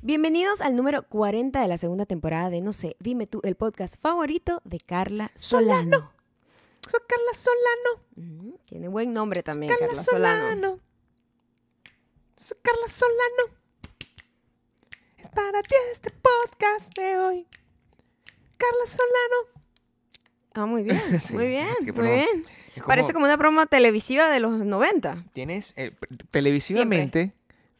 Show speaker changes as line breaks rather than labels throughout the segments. Bienvenidos al número 40 de la segunda temporada de No sé, dime tú, el podcast favorito de Carla Solano.
Soy Carla Solano.
Ujú, Tiene buen nombre también,
Carla,
Carla,
Solano.
Solano.
Soy Carla Solano. Es para ti este podcast de hoy. Carla Solano.
Ah, muy bien,
Sí,
muy bien,
es
muy
que promo-
bien.
es
Parece como una broma televisiva de los 90.
Tienes eh, televisivamente.
Siempre.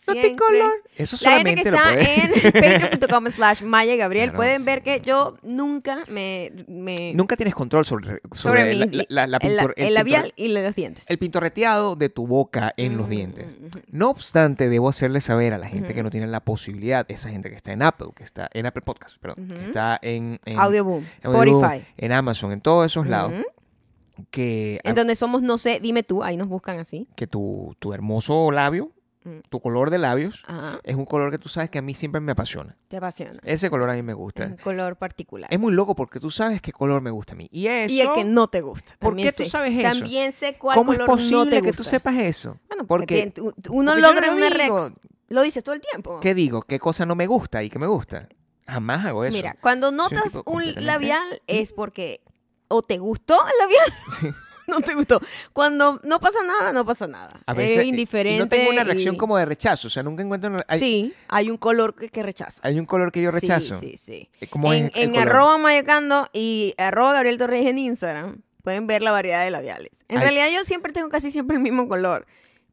Noticolor. Eso
La gente que
solamente lo
está
puedes.
en patreon.com slash Maya Gabriel
Claro,
pueden
sí.
ver que yo nunca me... me-
Nunca tienes control sobre, sobre,
sobre mi-
la- la, la- la
el,
pintor-
el
pintor-
labial y los dientes.
el pintorreteado de tu boca en los
Mm,
dientes.
mm, mm.
No obstante, debo hacerle saber a la gente que no tiene la posibilidad, esa gente que está en Apple, que está en Apple Podcast, perdón, que
Ujú.
está en, en
Audioboom,
en Audible,
Spotify.
en Amazon, en todos esos lados,
Ujú.
que,
En donde somos, no sé, dime tú, ahí nos buscan así.
que tu, tu hermoso labio,
Mm.
tu color de labios,
Ajá,
es un color que tú sabes que a mí siempre me apasiona.
te apasiona.
Ese color a mí me
Es
gusta.
un color particular.
Es muy loco porque tú sabes qué color me gusta a mí. Y eso,
y el que no te gusta.
¿Por
también
qué tú
sé.
sabes eso?
También sé cuál
¿cómo es
color
posible
no te
que tú
gusta.
sepas eso?
Bueno,
porque,
porque, tú- uno
porque yo
logra
no
una
digo-
rex. Lo dices todo el tiempo.
¿Qué digo? ¿Qué cosa no me gusta y qué me gusta? Jamás hago eso.
Mira, cuando notas
tipo
un
completamente- Mm.
labial es porque o te gustó el labial. No te gustó. Cuando no pasa nada, no pasa nada.
a veces eh,
es indiferente.
y no tengo una reacción
y-
como de rechazo, o sea, nunca encuentro una- hay,
sí, hay un color que, que rechazas.
hay un color que yo
Sí,
rechazo.
Sí, sí.
Eh, ¿cómo
en
es el
en
color?
arroba mayacando y arroba Gabriel Torres en Instagram pueden ver la variedad de labiales. En
Ay.
realidad yo siempre tengo casi siempre el mismo color.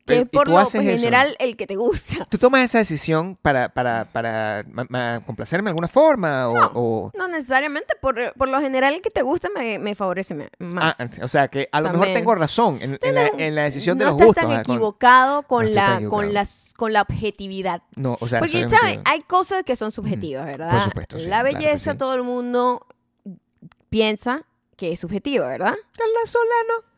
Que
Pero,
es
¿y
por
tú
lo
haces eso?
general el que te gusta.
¿Tú tomas esa decisión para, para, para ma- ma- complacerme de alguna forma? O,
No,
o-
No necesariamente, por, por lo general el que te gusta me, me favorece me- más.
Ah, o sea, que a lo mejor
También.
tengo razón en, en la, en la decisión de
no
los
estás
gustos.
tan
ah, con-
equivocado con,
no estoy
la,
tan
Con,
equivocado.
las, con la objetividad.
No, o sea,
Porque,
soy
¿sabes?
objetivo.
Hay cosas que son subjetivas, ¿verdad?
Por supuesto, sí,
La
claro que
belleza
sí.
todo el mundo piensa que es subjetiva, ¿verdad?
Carla Solano.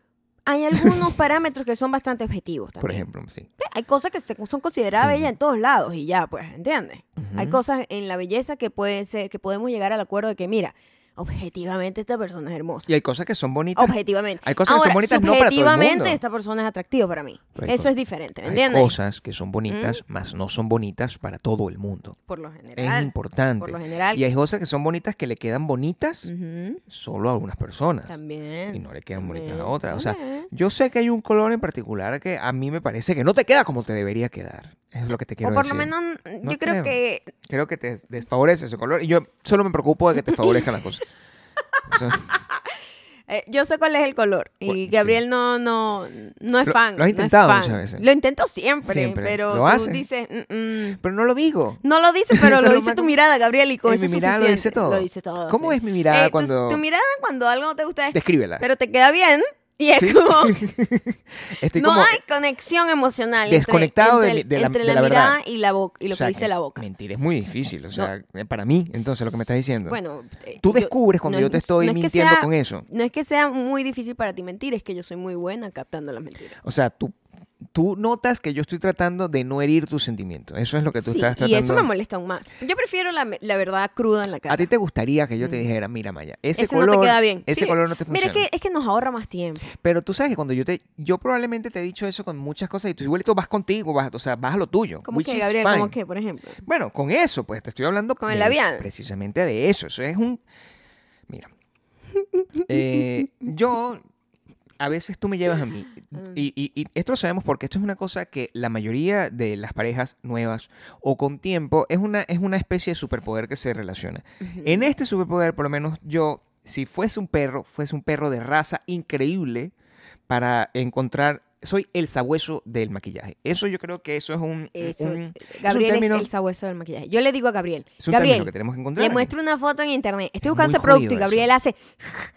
Hay algunos parámetros que son bastante objetivos también.
Por ejemplo, sí.
Hay cosas que se- son consideradas
Sí.
bellas en todos lados y ya, pues, ¿entiendes? Hay
Ujú.
cosas en la belleza que pueden ser, que podemos llegar al acuerdo de que, mira, objetivamente esta persona es hermosa.
Y hay cosas que son bonitas.
Objetivamente.
Hay cosas que son
Ahora,
bonitas no para todo el mundo.
subjetivamente, esta persona es atractiva para mí.
Pero hay
Eso
cosas-
es diferente, ¿me
Hay
entiendes?
cosas que son bonitas, mas no son bonitas para todo el mundo.
Por lo
Es
general.
importante.
Por lo general.
Y hay cosas que son bonitas que le quedan bonitas
Ujú,
solo a algunas personas.
También.
Y no le quedan bonitas a
También,
otras. O sea,
también.
yo sé que hay un color en particular que a mí me parece que no te queda como te debería quedar. Es lo que te quiero
o por
decir.
lo menos, yo
No
creo
creo.
que
Creo que te desfavorece ese color. Y yo solo me preocupo de que te favorezcan las cosas. O sea,
Eh, yo sé cuál es el color. Y
Bueno, Pues, sí.
Gabriel no, no, no es
Lo-
fan.
lo
no
has
es
intentado
fan.
muchas veces.
Lo intento siempre,
Siempre.
pero
¿Lo
tú
haces?
dices... "Mm, mm".
pero no lo digo.
No lo dices, pero
Eso
lo
es lo
dice
más
tu
como-
mirada, Gabriel, y con
Eh,
eso
mi
es
mirada lo dice
suficiente.
todo.
Lo dice todo.
¿Cómo
sí.
es mi mirada
tu-
cuando-
Tu, mirada cuando algo no te gusta es...
Descríbela.
Pero te queda bien y es
Sí.
como...
Estoy
no
como-
hay conexión emocional entre-
Desconectado de
entre,
mi- de
el-
la-
entre
de
la,
la verdad.
mirada y, la boca, y lo
o sea,
que dice la boca.
Mentir es muy difícil. O sea, eh, para mí, entonces, lo que me estás diciendo.
Bueno, eh,
Tú
yo-
descubres cuando
no-
yo te estoy
no es que
mintiendo
sea-
con eso.
No es que sea muy difícil para ti mentir, es que yo soy muy buena captando las mentiras.
O sea, tú, tú notas que yo estoy tratando de no herir tus sentimientos. Eso es lo que tú
Sí,
estás
y
tratando.
eso me molesta aún más. Yo prefiero la, la verdad cruda en la cara.
A ti te gustaría que yo te dijera, mira, Maya, ese,
Ese
color
no te queda bien.
Ese
Sí.
color no te
Mira,
funciona.
que, es que nos ahorra más tiempo.
Pero tú sabes que cuando yo te. Yo probablemente te he dicho eso con muchas cosas y tú igualito vas contigo, vas, o sea, vas a lo tuyo.
Como
which
que,
is
Gabriel,
fine.
como que, por ejemplo.
Bueno, con eso, pues te estoy hablando.
Con el
de-
labial.
Precisamente de eso. Eso es un. Mira. Eh, yo. A veces tú me llevas a mí.
Ah.
Y, y- y esto lo sabemos porque esto es una cosa que la mayoría de las parejas nuevas o con tiempo es una, es una especie de superpoder que se relaciona. En este superpoder, por lo menos yo, si fuese un perro, fuese un perro de raza increíble para encontrar. Soy el sabueso del maquillaje. Eso yo creo que eso es un.
Eso,
Eh, un-
Gabriel es,
término-
el sabueso del maquillaje. Yo le digo a Gabriel,
es un término que
Gabriel,
tenemos que encontrar.
le muestro una foto en internet. Estoy
Es
buscando
muy
este producto y
jodido
Gabriel
eso.
hace,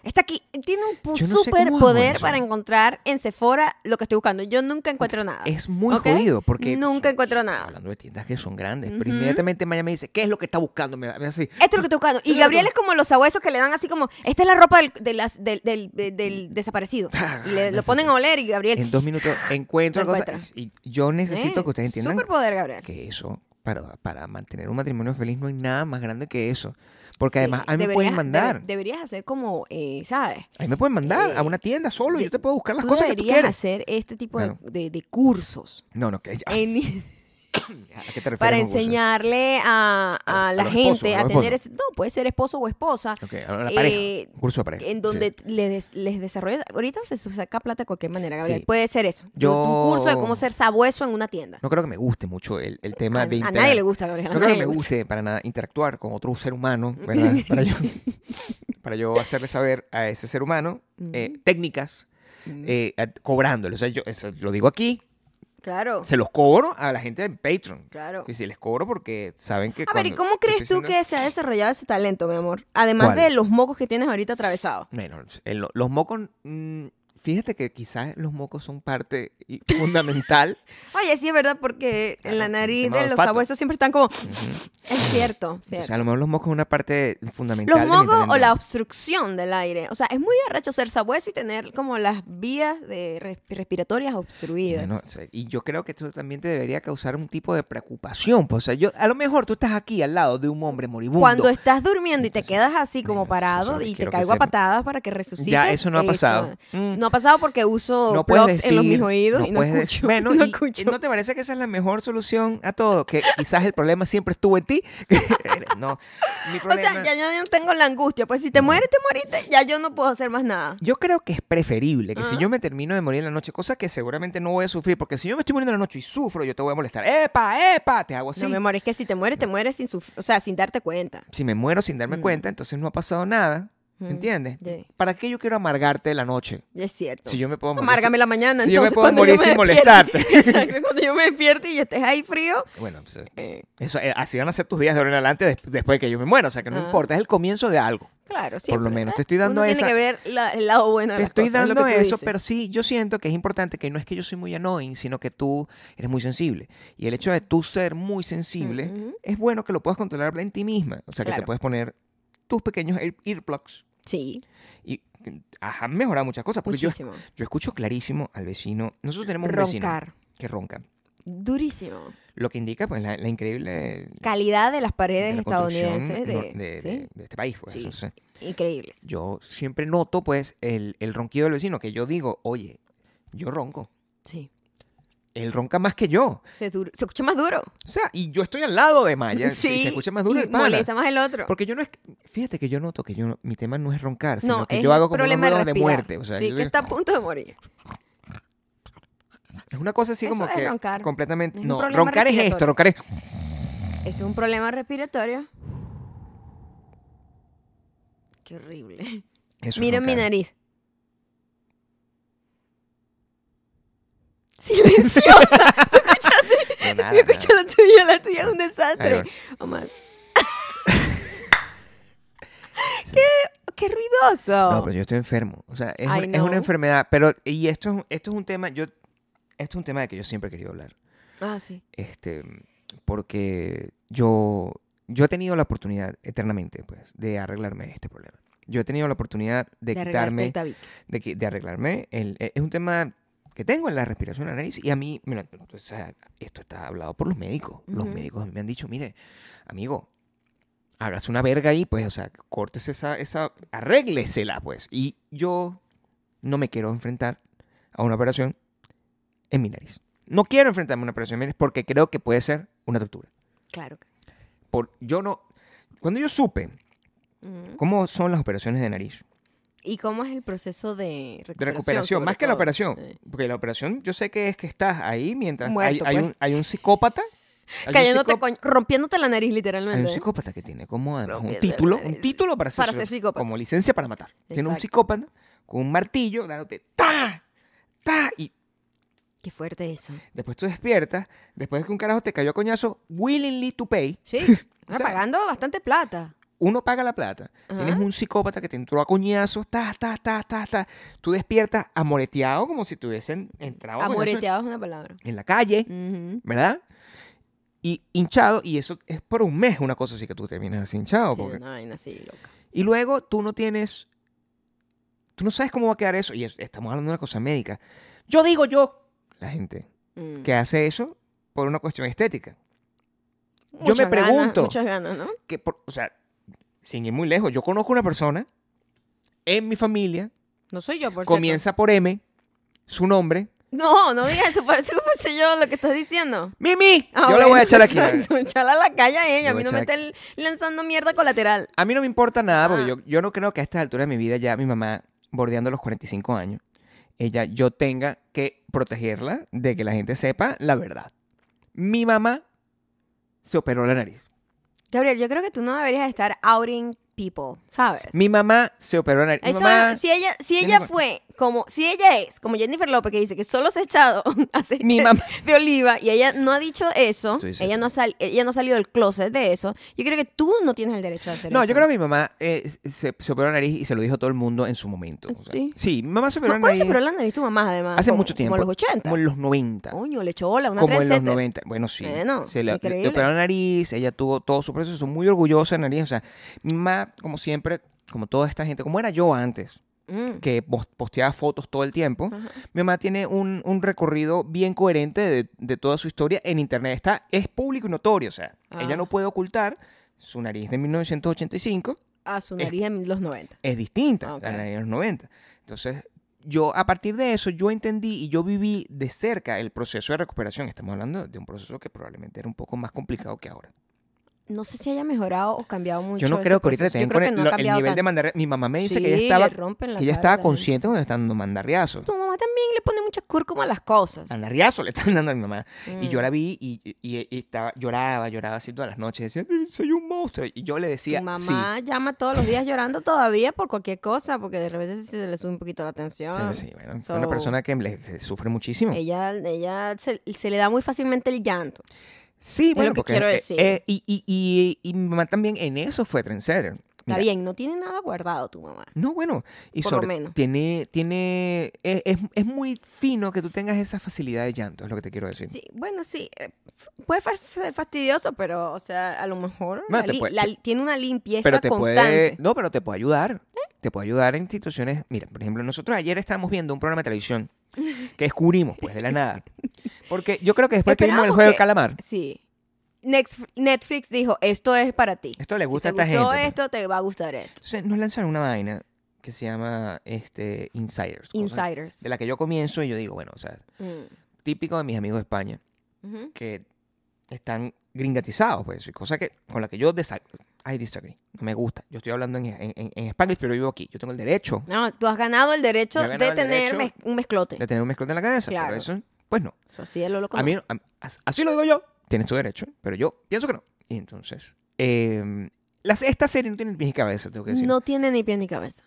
está aquí. Tiene un
no
pu-
sé cómo hago
superpoder
eso.
para encontrar en Sephora lo que estoy buscando. Yo nunca encuentro nada.
Es muy
¿ok?
jodido porque.
Nunca
son-
encuentro
son-
nada.
Hablando de tiendas que son grandes. Pero inmediatamente Maya me dice, ¿qué es lo que está buscando? Me, me hace.
Esto es lo que estoy buscando. Y
Claro.
Gabriel es como los sabuesos que le dan así como, esta es la ropa del, de las- del, del- del- del desaparecido.
Ah,
Y le, lo ponen a oler y Gabriel...
En dos minutos encuentro
Lo
cosas.
encuentra.
Y yo necesito
Eh,
que ustedes entiendan
Superpoder, Gabriel.
que eso, para, para mantener un matrimonio feliz, no hay nada más grande que eso. Porque
Sí,
además, a mí me
deberías-
pueden
debe-
mandar.
deberías hacer como, eh, ¿sabes?
A mí me pueden mandar a
eh,
una tienda solo. y
de-
yo te puedo buscar las
tú
cosas que tú
deberías
quieres.
hacer este tipo de-
Claro.
de, de cursos.
No, no, que ya.
En-
¿A qué te refieres?
para
con gozo?
enseñarle a, a
A
la
los
gente
esposos, a
a
los
tener
esposos.
ese, no puede ser esposo o esposa
Ok, ahora la
eh,
pareja. Curso de pareja.
en
sí.
donde les, les desarrollas ahorita se saca plata de cualquier manera Gabriel
Sí.
puede ser eso
Yo-
un curso de cómo ser sabueso en una tienda
No creo que me guste mucho el, el tema
a,
de
a
intera-
nadie le gusta Gabriel a
No creo
nadie
que me
le gusta.
guste para nada interactuar con otro ser humano, ¿verdad? Para yo, para yo hacerle saber a ese ser humano eh, técnicas eh, a- cobrándole. O sea, yo eso lo digo aquí,
claro
se los cobro a la gente de Patreon.
Claro.
Y si les cobro porque saben que.
a ver, ¿y
cuando
cómo
estoy
crees tú
diciendo-
que se ha desarrollado ese talento, mi amor? Además
¿Cuál?
de los mocos que tienes ahorita atravesados.
Bueno, el- los mocos. mm, fíjate que quizás los mocos son parte y- fundamental.
Oye, sí es verdad, porque
Claro,
en la
el
nariz
tema
de
del
los
olfato.
sabuesos siempre están como... Es cierto,
O
cierto.
sea, a lo mejor los mocos son una parte fundamental.
Los
de mi
mocos o
entrenamiento.
la obstrucción del aire. O sea, es muy arrecho ser sabueso y tener como las vías de res- respiratorias obstruidas.
Bueno, o sea, y yo creo que esto también te debería causar un tipo de preocupación. Pues, o sea, yo, a lo mejor tú estás aquí al lado de un hombre moribundo.
Cuando estás durmiendo y te
Entonces,
quedas así como
bueno,
parado
eso
y te
quiero que
caigo a
sepa.
patadas para que resucites.
Ya, eso no ha pasado. Mm.
No ha pasado porque uso
no puedes
plugs en los
decir-
mis oídos y no
puedes de-
escucho.
Bueno,
no
y-
escucho.
y ¿no te parece que esa es la mejor solución a todo? Que quizás el problema siempre estuvo en ti. no, mi
o
problema...
sea, ya yo no tengo la angustia. Pues si te mueres, te moriste. Ya yo no puedo hacer más nada.
Yo creo que es preferible que si yo me termino de morir en la noche, cosa que seguramente no voy a sufrir, porque si yo me estoy muriendo en la noche y sufro, yo te voy a molestar. ¡Epa, epa! Te hago así.
No, mi amor, es que si te mueres, te mueres sin suf- o sea, sin darte cuenta.
si me muero sin
Mm.
darme cuenta, entonces no ha pasado nada. ¿Entiendes?
sí.
¿Para qué yo quiero amargarte la noche?
Y Es cierto.
Si yo me puedo morir.
Amárgame
sin-
la mañana.
si yo me
entonces,
puedo
cuando
morir
yo me
sin
despierte-
molestarte.
Exacto, cuando yo me despierte y estés ahí frío.
Bueno, pues, es-
eh,
eso, eh, así van a ser tus días de ahora en adelante des- después de que yo me muera. O sea, que no
Ah.
importa, es el comienzo de algo.
claro, sí.
lo menos, te estoy dando
Uno
esa-
Tiene que ver la- el lado bueno de
Te
las
estoy
cosas, pues, es lo
dando
que tú
eso,
dices.
pero sí, yo siento que es importante que no es que yo soy muy annoying, sino que tú eres muy sensible. Y el hecho de tú ser muy sensible,
Ujú.
es bueno que lo puedas controlar en ti misma. O sea, que te
Claro.
puedes poner tus pequeños ear- earplugs.
Sí,
Y eh, ajá, han mejorado muchas cosas, porque Pues yo,
muchísimo.
yo escucho clarísimo al vecino. Nosotros tenemos un vecino
Roncar.
que ronca.
Durísimo.
Lo que indica pues la, la increíble
Calidad de las paredes
de la construcción
estadounidenses.
no-
De,
de-
¿sí?
de- de este país. Pues,
Sí.
o sea,
Increíbles.
yo siempre noto pues el, el ronquido del vecino, que yo digo, oye, yo ronco.
Sí.
Él ronca más que yo.
Se, dur- se escucha más duro.
O sea, y yo estoy al lado de Maya.
sí.
y Ah, se escucha más duro
y
el pana.
Molesta más el otro.
Porque yo no es. Fíjate que yo noto que yo no- mi tema no es roncar, sino
no,
que
es
yo hago como unos
problema
ruidos de
respirar.
muerte. O sea,
sí,
yo-
que está a punto de morir.
Es una cosa así
Eso
como
es
que
roncar.
completamente.
Es un
no,
problema
roncar es esto,
respiratorio.
roncar es.
Es un problema respiratorio. Qué horrible.
Eso es
Mira mi
roncar.
nariz. Silenciosa. ¿Tú escuchaste?
No, nada,
Yo escuché
nada.
la tuya, la tuya es un
Ahí
desastre.
va.
Omar. qué, qué ruidoso.
No, pero yo estoy enfermo. O sea, es,
I
un- es una
know.
enfermedad. Pero, y esto es, un- esto es un tema, yo, esto es un tema de que yo siempre he querido hablar.
Ah, sí.
Este, porque yo, yo he tenido la oportunidad, eternamente, pues, de arreglarme este problema. Yo he tenido la oportunidad de,
arreglarte
quitarme.
el tabique.
de, que- de arreglarme. el- eh, es un tema que tengo en la respiración, en la nariz, y a mí, me lo- o sea, esto está hablado por los médicos. Los
Ujú.
médicos a mí me han dicho, mire, amigo, hágase una verga ahí, pues, o sea, córtese esa, esa, arréglesela, pues. Y yo no me quiero enfrentar a una operación en mi nariz. No quiero enfrentarme a una operación en mi nariz porque creo que puede ser una tortura.
Claro.
Por, yo no... Cuando yo supe
Ujú.
cómo son las operaciones de nariz,
mm. ¿Y cómo es el proceso de recuperación?
De recuperación,
sobre
más que la
todo?
operación.
Eh.
Porque la operación, yo sé que es que estás ahí mientras
Muerto,
hay, hay
pues.
un, hay un psicópata. hay un
Cayéndote,
psicó-
coño- rompiéndote la nariz, literalmente.
hay un
¿eh?
psicópata que tiene como además un
Rompiendo la
título,
nariz.
un título para ser,
Para ser psicópata.
como licencia para matar. Tiene un
Exacto.
psicópata con un martillo dándote ta, ta y
Qué fuerte eso.
después tú despiertas, después de que un carajo te cayó a coñazo, willingly to pay,
Sí,
O sea-
pagando bastante plata.
uno paga la plata. Tienes
Ajá.
un psicópata que te entró a coñazos, ta, ta, ta, ta, ta. Tú despiertas amoreteado como si te hubiesen entrado a coñazos
Amoreteado es una palabra.
en la calle.
Ujú.
¿verdad? Y hinchado, y eso es por un mes una cosa así que tú terminas así hinchado.
Sí,
Oh, porque-
una vaina así, loca.
Y luego tú no tienes, tú no sabes cómo va a quedar eso, y es- estamos hablando de una cosa médica. Yo digo yo, la gente
Mm.
que hace eso por una cuestión estética.
Muchas
me
ganas,
pregunto.
muchas ganas, ¿no?
Que por- o sea, sin ir muy lejos, yo conozco una persona en mi familia,
No soy yo, por
comienza por M, su nombre,
No, no digas eso, parece como sé yo lo que estás diciendo.
¡Mimi!
Ah,
yo la voy
bueno,
a echar aquí.
exacto, Echala a la calle a ella,
Yo
a mí
voy a
no me
echar
estén lanzando mierda colateral.
A mí no me importa nada porque
Ah.
yo, yo no creo que a esta altura de mi vida ya mi mamá, bordeando los 45 años, ella, yo tenga que protegerla de que la gente sepa la verdad. Mi mamá se operó la nariz.
Gabriel, yo creo que tú no deberías estar outing people, ¿sabes?
Mi mamá se operó la nariz. Mi
Eso,
mamá-
si ella, si
tiene
ella
cua-
fue como, si ella es como Jennifer López que dice que solo se ha echado aceite
Mi mamá-
de oliva y ella no ha dicho eso,
Tú dices
ella no, ha sal- ella no ha salido del closet de eso, yo creo que tú no tienes el derecho de hacer
No,
eso.
yo creo que mi mamá eh, se, se operó la nariz y se lo dijo a todo el mundo en su momento. O sea,
Sí.
mi mamá se operó
No,
la
¿Cuándo
nariz.
se operó la nariz tu mamá, además?
Hace
Como-
mucho tiempo.
Como en los 80.
Como en los 90.
Coño, le echó bola, una
como en los
370.
90. Bueno, sí.
Bueno,
se le, le- le
increíble.
operaron la nariz, ella tuvo todo su proceso, muy orgullosa de la nariz. O sea, mi mamá, como siempre, como toda esta gente, como era yo antes,
Mm.
que pos- posteaba fotos todo el tiempo,
Ajá.
mi mamá tiene un, un recorrido bien coherente de, de toda su historia en internet. Está, es público y notorio, o sea,
Ah.
ella no puede ocultar su nariz de 1985
A su nariz en los 90.
es distinta
Ah, ok.
a la de los 90. Entonces, yo a partir de eso, yo entendí y yo viví de cerca el proceso de recuperación. Estamos hablando de un proceso que probablemente era un poco más complicado que ahora.
No sé si haya mejorado o cambiado mucho.
yo no
ese
creo que ahorita
proceso.
le
Yo
tengan
creo
con
que
el,
no ha
lo- el
cambiado
nivel de
tanto.
mandarre. Mi mamá me dice que
Sí,
ella
le
estaba,
rompen la
que ella
cara a
estaba
la Mm.
consciente cuando le están dando mandarriazos.
Tu mamá también le pone mucha cúrcuma a las cosas.
Mandarriazos le están dando a mi mamá. Ah, Y yo
Mm.
la vi y, y- y estaba, lloraba, lloraba así todas las noches. Decía, "Eh, soy un monstruo. Y yo le decía,
Tu
sí.
mamá llama todos los días llorando todavía por cualquier cosa, porque de repente se le sube un poquito la atención.
Sí, sí, bueno, fue una
So-
persona que le- se sufre muchísimo.
Ella, ella se, se le da muy fácilmente el llanto.
Sí,
Es
bueno,
lo que
porque
quiero
eh,
decir.
eh, y, y, y, y mi mamá también en eso fue trendsetter. Mira,
Está bien, no tiene nada guardado tu mamá.
No, bueno, y
Por lo
sobre
menos.
tiene tiene e, es, es- es muy fino que tú tengas esa facilidad de llanto, es lo que te quiero decir.
Sí, bueno, sí, eh, f- puede fa- ser fastidioso, pero, o sea, a lo mejor la
Bueno, te
li-
puede-
la li- tiene una limpieza
pero te puede
constante.
no, pero te puede ayudar. Te puede ayudar en situaciones, mira, por ejemplo, nosotros ayer estábamos viendo un programa de televisión que descubrimos pues de la nada. Porque yo creo que después que vimos el
Esperábamos
juego de
que-
calamar,
Sí. Nex- Netflix dijo, esto es para ti.
Esto le gusta
si te
a esta
gustó
gente. pues".
esto, te va a gustar esto.
entonces nos lanzaron una vaina que se llama este Insiders, cosa
Insiders.
de la que yo comienzo y yo digo, bueno, o sea,
Mm.
típico de mis amigos de España.
Ujú.
que están gringatizados, pues, cosa que, con la que yo desa- I disagree, no me gusta. Yo estoy hablando en, en, en- en Spanish, pero yo vivo aquí. Yo tengo el derecho
No, tú has ganado el derecho
Yo he ganado
de
el
tener
derecho
mez- un mezclote.
de tener un mezclón en la cabeza,
Claro.
pero eso, pues no.
Eso sí, él lo
A mí, a- as- así lo digo yo, tienes tu derecho, pero yo pienso que no. Y entonces, eh, las, esta serie no tiene pies ni cabeza, tengo que decir.
No tiene ni pie ni cabeza.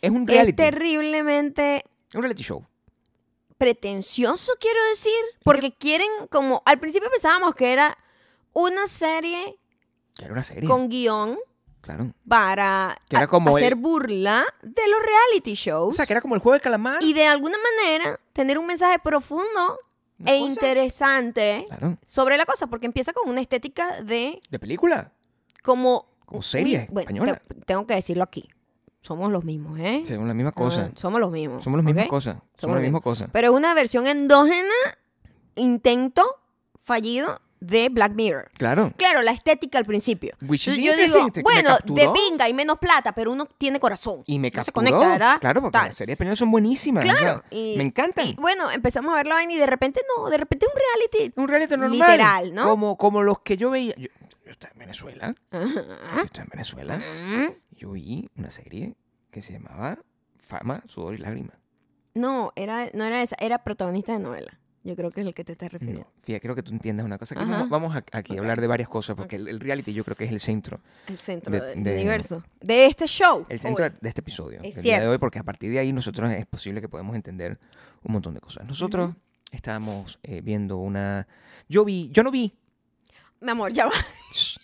es un reality,
Es terriblemente
un reality show.
pretencioso, quiero decir, porque quieren como al principio pensábamos que era una serie
Que era una serie,
con guión
claro.
para
Que era
a-
como el-
hacer burla de los reality shows
O sea, que era como el juego de calamar.
y de alguna manera tener un mensaje profundo
una
e
cosa-
interesante
Claro,
sobre la cosa, porque empieza con una estética de
de película,
como
como serie
Uy, bueno,
española.
te- tengo que decirlo aquí. Somos los mismos, ¿eh?
Según la misma cosa.
Ah, somos los mismos.
Somos las mismas
¿ok?
cosas. Somos,
Somos
la
lo
misma cosa.
Pero es una versión endógena, intento fallido de Black Mirror.
Claro.
Claro, la estética al principio.
Which is
Entonces yo
interesting,
digo,
te- me
bueno, de
capturó.
pinga y menos plata, pero uno tiene corazón.
Y me
No se
capturó.
conecta, ¿verdad?
Claro, porque
Tal.
las series españolas son buenísimas. o sea,
Claro, y-
me encantan.
Y bueno, empezamos a ver la vaina y de repente no, de repente un reality.
un reality normal.
Literal, ¿no?
Como, como los que yo veía. Yo, yo estaba en Venezuela. Yo
Ajá.
estaba en Venezuela. Yo vi una serie que se llamaba Fama, Sudor y Lágrima.
No, era, no era esa, era protagonista de novela. Yo creo que es el que te estás refiriendo.
No, fíjate, creo que tú entiendes una cosa. Aquí
Mm. Ajá.
vamos, vamos a- aquí a
Ok.
hablar de varias cosas porque el, el reality yo creo que es el centro.
El centro
De-
del
de-
universo. De este show.
El centro
Hoy.
de este episodio.
Es
del día de
cierto.
hoy porque a partir de ahí nosotros es posible que podemos entender un montón de cosas. Nosotros estábamos eh, viendo una... Yo vi... Yo no vi
Mi amor, ya va.
Shh.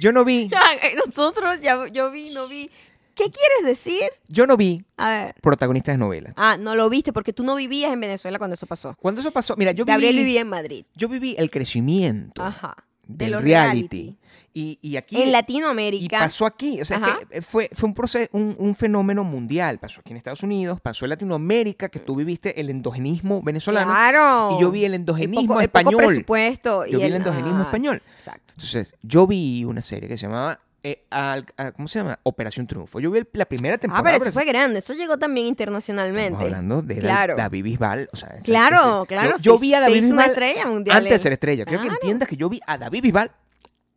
Yo no vi,
Ya, eh, nosotros, ya, yo vi, no vi. ¿Qué quieres decir?
yo no vi
A ver.
protagonistas de novela.
Ah, no lo viste porque tú no vivías en Venezuela cuando eso pasó.
Cuando eso pasó, mira, yo
Gabriel
viví,
vivía en Madrid.
yo viví el crecimiento
Ajá. De
del
los
reality. Y, y aquí
En
y
Latinoamérica.
pasó aquí, o sea, es
Ajá.
que eh, fue, fue un, proceso, un, un fenómeno mundial. Pasó aquí en Estados Unidos, pasó en Latinoamérica, que tú viviste el endogenismo venezolano.
claro.
Y yo vi el
El
endogenismo
poco- el poco
español.
presupuesto. y
Yo vi el endogenismo
ah,
español.
Exacto.
Entonces, yo vi una serie que se llamaba eh, al- a- ¿cómo se llama? Operación Triunfo. Yo vi el- la primera
Ah,
temporada.
pero eso
Operación-
fue grande. Eso llegó también internacionalmente.
Estamos hablando de
Claro.
David Bisbal. o sea, es-
Claro,
es-
claro,
Yo, yo
se
vi a
hizo- se
David
hizo una
Bisbal
estrella mundial
Antes de
en-
ser estrella. Creo
Claro.
que entiendas que yo vi a David Bisbal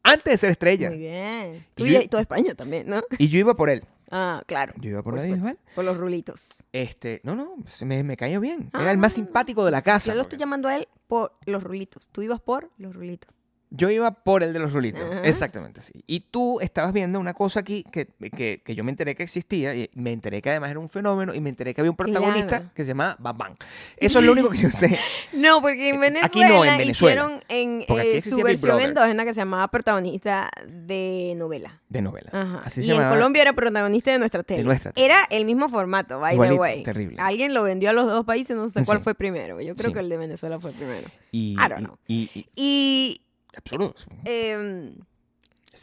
antes de ser estrella.
Muy bien. Tú
yo-
y, y todo España también, ¿no?
Y yo iba por él.
Ah, claro.
Yo iba por, David
supuesto.
Bisbal.
Por los rulitos.
Este, no, no, se me, me cayó bien. Era el más simpático de la casa.
Yo Ah, lo
porque-
estoy llamando a él por los rulitos. Tú ibas por los rulitos.
Yo iba por el de los rulitos.
Ajá.
Exactamente así. Y tú estabas viendo una cosa aquí que, que- que yo me enteré que existía. Y me enteré que además era un fenómeno. Y me enteré que había un protagonista
Claro.
que se llamaba Bam Bam. Eso es lo único que yo sé.
No, porque en Venezuela,
Eh, aquí no, en Venezuela.
hicieron en,
Porque aquí
eh,
existía
su
Big
versión
Brother.
endógena que se llamaba protagonista de novela.
De novela.
Ajá.
Así
y
se llamaba.
en Colombia era protagonista de nuestra tele.
nuestra tele.
Era el mismo formato, by
Igualito,
the way.
terrible.
Alguien lo vendió a los dos países, no sé cuál
Sí.
fue primero. Yo creo
Sí.
que el de Venezuela fue primero.
Y,
I don't know.
y- y- y-
Y
absurdo.
eh,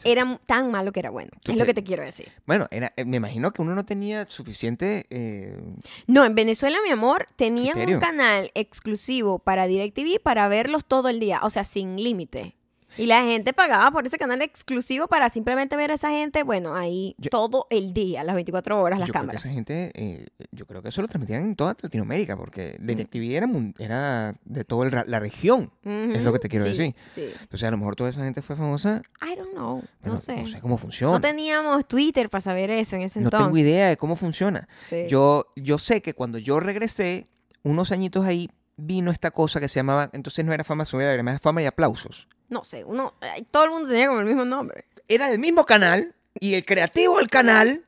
era tan malo que era bueno.
Tú
es lo
te-
que te quiero decir.
Bueno, era, eh, me imagino que uno no tenía suficiente. eh,
No, en Venezuela, mi amor, tenían
Criterio.
un canal exclusivo para DirecTV para verlos todo el día, o sea, sin límite. Y la gente pagaba por ese canal exclusivo para simplemente ver a esa gente, bueno, ahí
Yo-
todo el día, las 24 horas, las
yo creo que
cámaras.
esa gente. eh, yo creo que eso lo transmitían en toda Latinoamérica. Porque
Mm.
DirecTV era, mun- era de toda la región. Es lo que te quiero
Ujú, sí,
decir.
Sí.
Entonces, a lo mejor toda esa gente fue famosa.
I don't know,
pero
no sé.
No sé cómo funciona.
No teníamos Twitter para saber eso en ese
No
entonces.
tengo idea de cómo funciona.
Sí.
Yo, yo sé que cuando yo regresé, unos añitos ahí, vino esta cosa que se llamaba, entonces no era fama subida, era más fama y aplausos.
No sé, uno, ay, todo el mundo tenía como el mismo nombre.
Era el mismo canal y el creativo del canal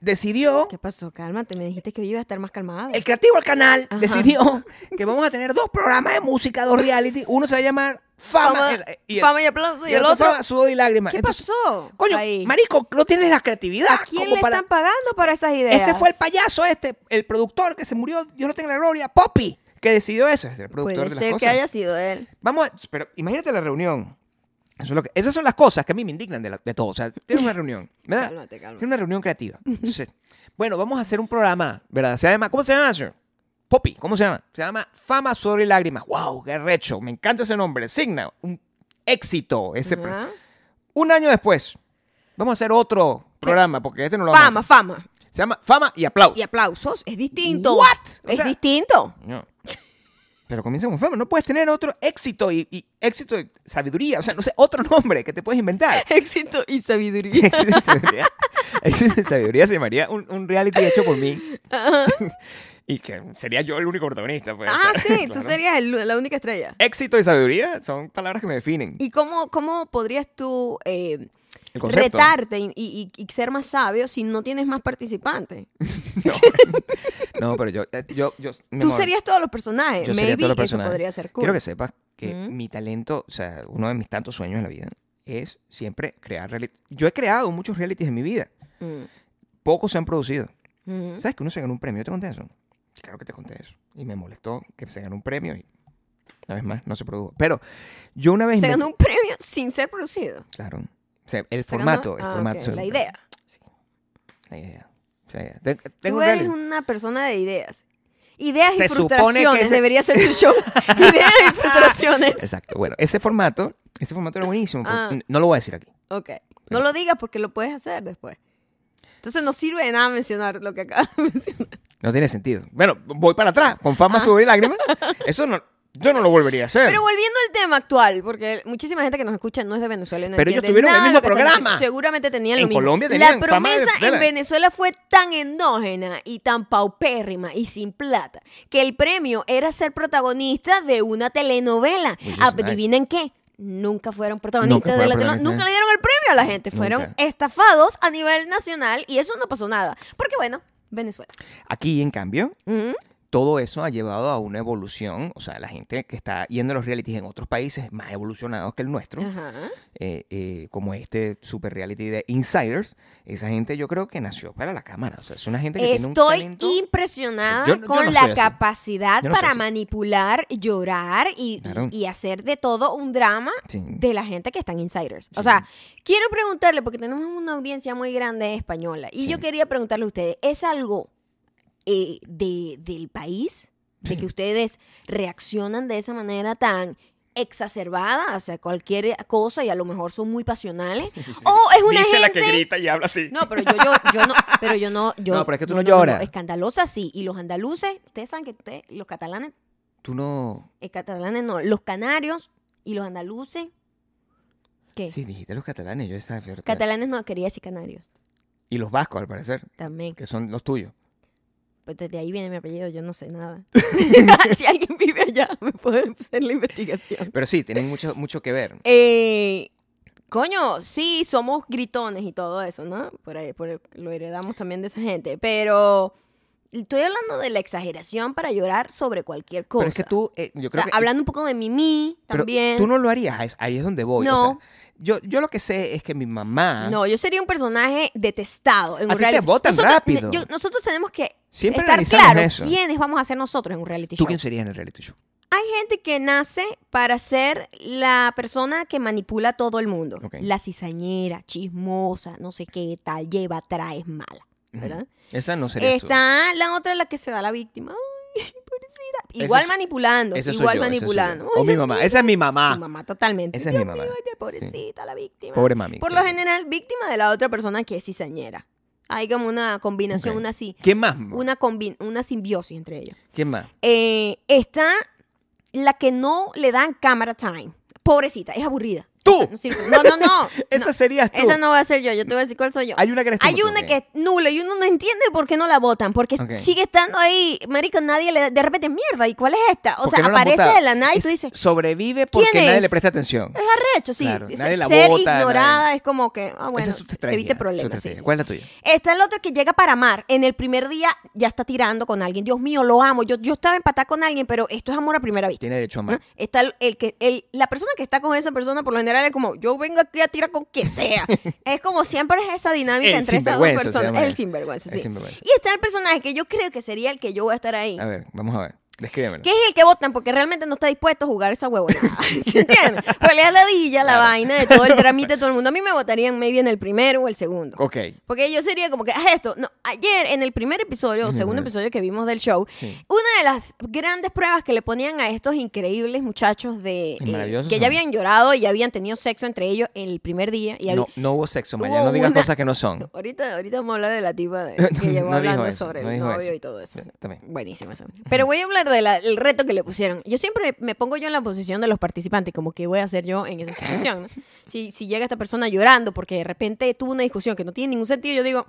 decidió,
¿Qué pasó? Cálmate, me dijiste que yo iba a estar más calmada.
el creativo del canal
Ajá.
decidió que vamos a tener dos programas de música, dos reality. Uno se va a llamar Fama, el- y el,
fama eh, y aplauso.
y el otro, Fama, Sudor y Lágrimas.
¿Qué
Entonces,
pasó?
Coño,
ahí?
marico, no tienes la creatividad.
¿A quién
como
le
para-
están pagando para esas ideas?
Ese fue el payaso este, el productor que se murió, Dios no tenga la gloria, Poppy, que decidió eso. Es el productor
Puede
de las
ser que
cosas.
haya sido él.
Vamos, a- pero imagínate la reunión. Eso es lo que- esas son las cosas que a mí me indignan de, la- de todo. O sea, tienes una reunión, ¿verdad?
Cálmate, cálmate.
Tienes una reunión creativa. Entonces, bueno, vamos a hacer un programa, ¿verdad? Se llama, ¿cómo se llama, señor? Poppy, ¿cómo se llama? Se llama Fama, Sudor y Lágrimas. ¡Wow! ¡Qué recho! Me encanta ese nombre. Signa, un éxito. Ese pro-
Ajá.
Un año después, vamos a hacer otro programa, porque este no lo vamos a
Fama, fama.
hacer. Se llama Fama y Aplauso.
Y aplausos. Es distinto.
What? O
Es
sea-
distinto.
No. Pero comienza con fama. No puedes tener otro éxito y, y éxito y sabiduría. O sea, no sé, otro nombre que te puedes inventar.
Éxito y sabiduría.
éxito y sabiduría. Éxito y sabiduría se llamaría un, un reality hecho por mí. y que sería yo el único protagonista. pues,
ah,
o sea,
sí, tú
claro.
serías el- la única estrella.
Éxito y sabiduría son palabras que me definen.
¿Y cómo, cómo podrías tú eh,
El concepto.
retarte y, y- y ser más sabio si no tienes más participantes?
No, pero yo. eh, yo, yo mi
Tú
amor,
serías todos los personajes.
yo sería
Maybe
todos los
eso
personajes.
podría ser cool.
Quiero que sepas que
Ujú.
mi talento, o sea, uno de mis tantos sueños en la vida es siempre crear reality. Yo he creado muchos realities en mi vida.
Mm,
Pocos se han producido.
mm.
¿Sabes que uno se ganó un premio? ¿Yo te conté eso? Claro que te conté eso. Y me molestó que se ganó un premio y una vez más no se produjo. Pero yo una vez...
Se
inven-
ganó un premio sin ser producido.
Claro. O sea, el
Se ganó-
formato, el
Ah,
formato.
ok,
se ganó
La
un
idea.
premio. La idea. O sea, te- tengo
Tú
un
eres
reality.
una persona de ideas. Ideas
Se
y
supone que
frustraciones
ese-
debería ser tu show. ideas y frustraciones.
Exacto. Bueno, ese formato, ese formato era buenísimo. pero
Ah.
n- No lo voy a decir aquí.
Ok. No lo digas porque lo puedes hacer después. Entonces no sirve de nada mencionar lo que acabas de mencionar.
No tiene sentido. Bueno, voy para atrás. Con fama, sudor y lágrimas. Eso no... Yo no lo volvería a hacer.
Ah. Pero volviendo al tema actual, porque muchísima gente que nos escucha no es de Venezuela. y No
Pero ellos
entiende
tuvieron el
nada de
mismo
lo que están
programa.
diciendo. Seguramente tenían lo
En
mismo.
Colombia
La
tenían fama de
promesa en
Venezuela.
Venezuela fue tan endógena y tan paupérrima y sin plata que el premio era ser protagonista de una telenovela.
Oye,
Ah,
nice.
¿Adivinen qué? Nunca fueron protagonistas
Nunca
de
fueron
la telenovela.
protagonistas.
Nunca le dieron el premio a la gente. Fueron
Nunca.
estafados a nivel nacional y eso no pasó nada. Porque bueno, Venezuela.
Aquí, en cambio,
Ujú.
todo eso ha llevado a una evolución. O sea, la gente que está yendo a los realities en otros países más evolucionados que el nuestro,
Ajá.
eh, eh, como este super reality de Insiders, esa gente yo creo que nació para la cámara. O sea, es una gente que tiene un
Estoy
talento.
impresionada
Sí, yo- yo
con
no
la
soy así.
capacidad
Yo no soy
para
así.
manipular, llorar y, y-
Claro.
y hacer de todo un drama
Sí.
de la gente que están insiders. O sea, quiero preguntarle, porque tenemos una audiencia muy grande española, y yo quería preguntarle a ustedes, ¿es algo eh, de, del país? De que ustedes reaccionan de esa manera tan exacerbada hacia cualquier cosa y a lo mejor son muy pasionales. O es Oh, una
Dice la que
gente-
grita y habla así.
No, pero yo, yo, yo no, pero yo no, yo,
No, pero es que tú no lloras.
escandalosa sí, y los andaluces, ustedes saben que ustedes- los catalanes,
Tú no.
eh, catalanes no, los canarios y los andaluces, ¿qué?
Sí, dijiste los catalanes, yo esa verdad.
Catalanes no, quería decir canarios
Y los vascos, al parecer,
también.
que son los tuyos.
Pues desde ahí viene mi apellido, yo no sé nada. si alguien vive allá, me puede hacer la investigación.
Pero sí, tienen mucho, mucho que ver.
Eh, coño, sí, somos gritones y todo eso, ¿no? Por ahí, por- lo heredamos también de esa gente. Pero estoy hablando de la exageración para llorar sobre cualquier cosa.
Pero es que tú, eh, yo
O
creo
sea,
que.
hablando un poco de Mimi
pero
también.
Tú no lo harías, ahí es- ahí es donde voy. o
No.
sea, yo, yo lo que sé es que mi mamá.
No, yo sería un personaje detestado en
A
un
ti te
reality
botan
nosotros,
rápido.
yo- nosotros tenemos que
Siempre
estar
analizamos
claros
eso.
quiénes vamos a ser nosotros en un reality
¿Tú
show.
quién serías en el reality show?
Hay gente que nace para ser la persona que manipula a todo el mundo.
Ok.
La cizañera, chismosa, no sé qué tal, lleva, traes mala. ¿Verdad?
Esa no sería
Está la otra la que se da la víctima. Ay, pobrecita.
Ese
Igual
es-
manipulando,
Esa soy
igual
yo, esa soy yo.
manipulando.
O mi mamá. Esa es mi
Ay,
mamá.
tu mamá totalmente.
Esa es
Dios
mi mamá.
mío, ay, pobrecita la víctima.
Pobre mami.
Por lo general, víctima de la otra persona que es cizañera. Hay como una combinación,
Ok.
una, si-
¿Quién más?
una, combi- una simbiosis entre ellos.
¿Quién más?
Eh, está la que no le dan camera time. Pobrecita, es aburrida.
¡Tú!
No, sirve. no, no. no.
Esa
No,
serías tú.
Esa no va a ser yo, yo te voy a decir cuál soy yo.
Hay una que eres tú,
Hay
tú,
una
ok.
que es nula y uno no entiende por qué no la votan, porque
Ok.
sigue estando ahí, marico, nadie le de repente, mierda, ¿y cuál es esta? O
¿Por qué
sea,
no la han
aparece
votado?
de la nada y tú
Es-
dices,
Sobrevive porque
¿Quién
nadie
es? Eh,
le presta atención.
es arrecho, sí.
Claro,
Se-
nadie la
ser
vota,
ignorada
nadie-
es como que, ah, bueno,
Esa es tu
se evite
estrategia, tu
problemas. sí,
estrategia.
sí,
¿Cuál es la tuya?
Está el otro que llega para amar. En el primer día ya está tirando con alguien. Dios mío, lo amo. Yo, yo estaba empatada con alguien, pero esto es amor a primera vista.
Tiene derecho a amar.
¿no? Está el, el que el- la persona que está con esa persona por lo general es como yo vengo aquí a tirar con quien sea. es como siempre es esa dinámica
El
entre esas dos
sinvergüenza se
personas.
llama
El
él.
sinvergüenza,
El
sí.
sinvergüenza.
Y está el personaje que yo creo que sería el que yo voy a estar ahí.
A ver, vamos a ver. Descríbemelo.
Que es el que votan porque realmente no está dispuesto a jugar esa huevonada. ¿Se entiende? Pues le da la dilla, la
Claro.
vaina de todo el trámite de todo el mundo. A mí me votarían maybe en el primero o el segundo.
Ok.
Porque yo sería como que, haz esto. No, ayer en el primer episodio o segundo episodio que vimos del show,
Sí.
una de las grandes pruebas que le ponían a estos increíbles muchachos de
Qué
eh,
maravillosos
que ya
son.
habían llorado y ya habían tenido sexo entre ellos el primer día. Y
No,
habí-
no hubo sexo,
Hubo
Maya. No digas
una-
cosas que no son.
ahorita, ahorita vamos a hablar de la tipa de- que llegó
No dijo
hablando
eso,
sobre
no
el
dijo
novio
eso.
y todo eso.
Está bien.
Buenísima esa vaina. Pero voy a hablar del reto que le pusieron. Yo siempre me pongo yo en la posición de los participantes, como que voy a hacer yo en esa situación. ¿no? Si, si llega esta persona llorando porque de repente tuvo una discusión que no tiene ningún sentido, yo digo,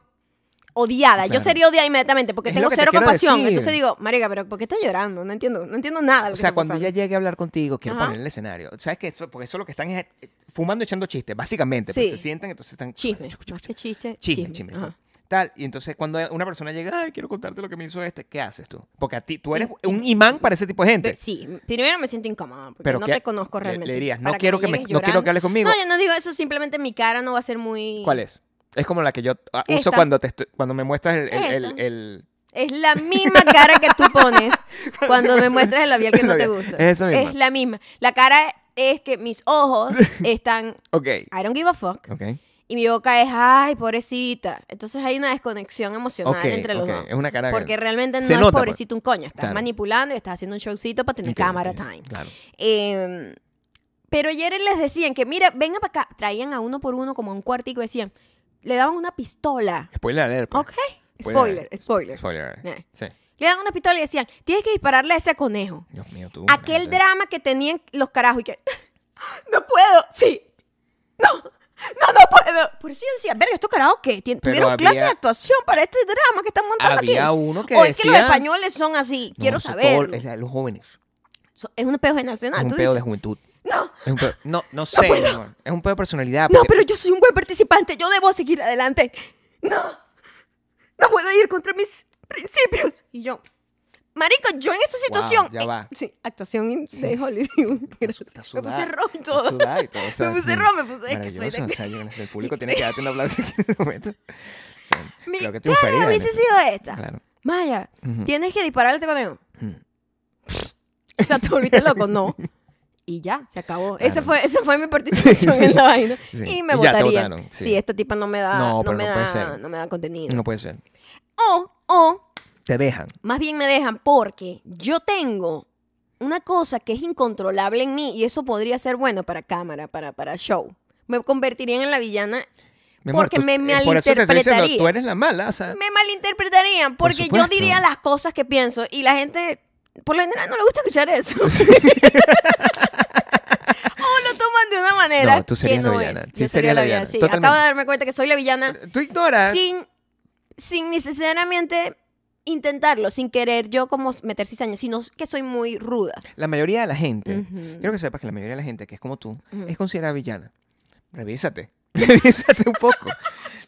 odiada. Yo
Claro.
sería odiada inmediatamente porque
Es
tengo
lo que te
cero
quiero
compasión.
decir.
Entonces digo, marica, pero ¿por qué estás llorando? No entiendo, no entiendo nada. de lo
O
que
sea,
está
cuando
pasando".
ella llegue a hablar contigo, quiero
Ajá.
poner el escenario. ¿Sabes qué? Eso- porque eso lo que están es eh, fumando, echando chistes, básicamente.
Sí.
Pues se sientan, entonces están.
Chisme. Más que chiste,
Chisme,
chisme.
chisme.
Ajá.
Tal, y entonces cuando una persona llega, ay, quiero contarte lo que me hizo este, ¿qué haces tú? Porque a ti, tú eres un imán para ese tipo de gente.
Pe- Sí, primero me siento incómoda porque
Pero
no
¿qué?
te conozco
Le-
realmente.
le dirías, no
Para
quiero que me-
llegues
no quiero
llorando.
que hables conmigo.
No, yo no digo eso, simplemente mi cara no va a ser muy...
¿Cuál es? Es como la que yo ah, uso
Esta.
cuando te estoy- cuando me muestras el, el- el-
Esta.
el-
Es la misma cara que tú pones cuando me muestras el labial que no te gusta.
Es esa misma.
Es la misma. La cara es que mis ojos están...
Ok.
I don't give a fuck.
Ok.
Y mi boca es, ay, pobrecita. Entonces hay una desconexión emocional
Ok,
entre los
ok.
dos.
Es una cara que-
Porque realmente
se
no es
nota, pues.
pobrecito un coño. Estás
Claro.
manipulando y estás haciendo un showcito para tener
Ok,
cámara
ok,
time.
Claro.
Eh, pero ayer les decían que, mira, venga para acá. Traían a uno por uno como a un cuartico y decían, le daban una pistola.
Spoiler alert. pues.
Ok. Spoiler, spoiler. Eh.
Spoiler alert.
Nah.
Sí.
Le daban una pistola y decían, tienes que dispararle a ese conejo.
Dios mío, tú.
Aquel
realmente.
drama que tenían los carajos y que, no puedo, sí, no, no, no puedo. Por eso yo decía, verga, estos carajos que tien-
Pero
tuvieron
había-
clases de actuación para este drama que están montando aquí.
Había uno que
o es que los
decía-
españoles son así,
No,
quiero
eso
saber.
todo- es la- los jóvenes.
Es un peo generacional.
es
tú
un peo de
dices,
juventud.
no,
Es un peo- no, no sé,
puedo.
mi amor. Es un peo de personalidad.
No,
Ah, porque-
pero yo soy un buen participante, yo debo seguir adelante. No, no puedo ir contra mis principios. Y yo, marico, yo en esta situación.
ya va.
Sí, actuación de Hollywood. Gracias.
Está
me
sudada,
puse rojo y
está
todo.
sudada y todo, o sea,
me puse
mm,
rojo, me puse. Es que soy
maravilloso,
de.
o sea, yo no sé, el público tiene que darte un aplauso aquí en este momento. O sea,
Mi
creo que triunfaría
cara
en
hubiese
eso.
sido esta.
Claro. Mm.
Maya, tienes que dispararle este conejo. o sea, te volviste loco, no. Y ya, se acabó. Esa,
Claro.
fue, esa fue mi participación en la vaina.
Sí.
Y me
Y ya te
votaría.
votaron,
Sí.
sí.
esta tipa no me da,
No,
no,
pero
me
no puede
da,
ser.
no me da contenido.
No puede ser.
O, o,
Te dejan.
más bien me dejan porque yo tengo una cosa que es incontrolable en mí, y eso podría ser bueno para cámara, para, para show, me convertirían en la villana
Mi amor,
porque
tú-
me
eh, por eso te estoy diciendo,
malinterpretarían.
tú eres la mala, o sea,
me malinterpretarían porque yo
Ah. supuesto.
diría las cosas que pienso y la gente por lo general no le gusta escuchar eso. o lo toman de una manera
No, tú
que
serías la
no
villana.
es.
Sí, serías la villana,
sí.
totalmente.
Acabo de darme cuenta que soy la villana
tú ignoras.
sin, sin necesariamente intentarlo, sin querer yo como meter cizaña, sino que soy muy ruda.
La mayoría de la gente,
Ujú.
quiero que sepas que la mayoría de la gente que es como tú, es considerada villana. Revísate, revísate un poco.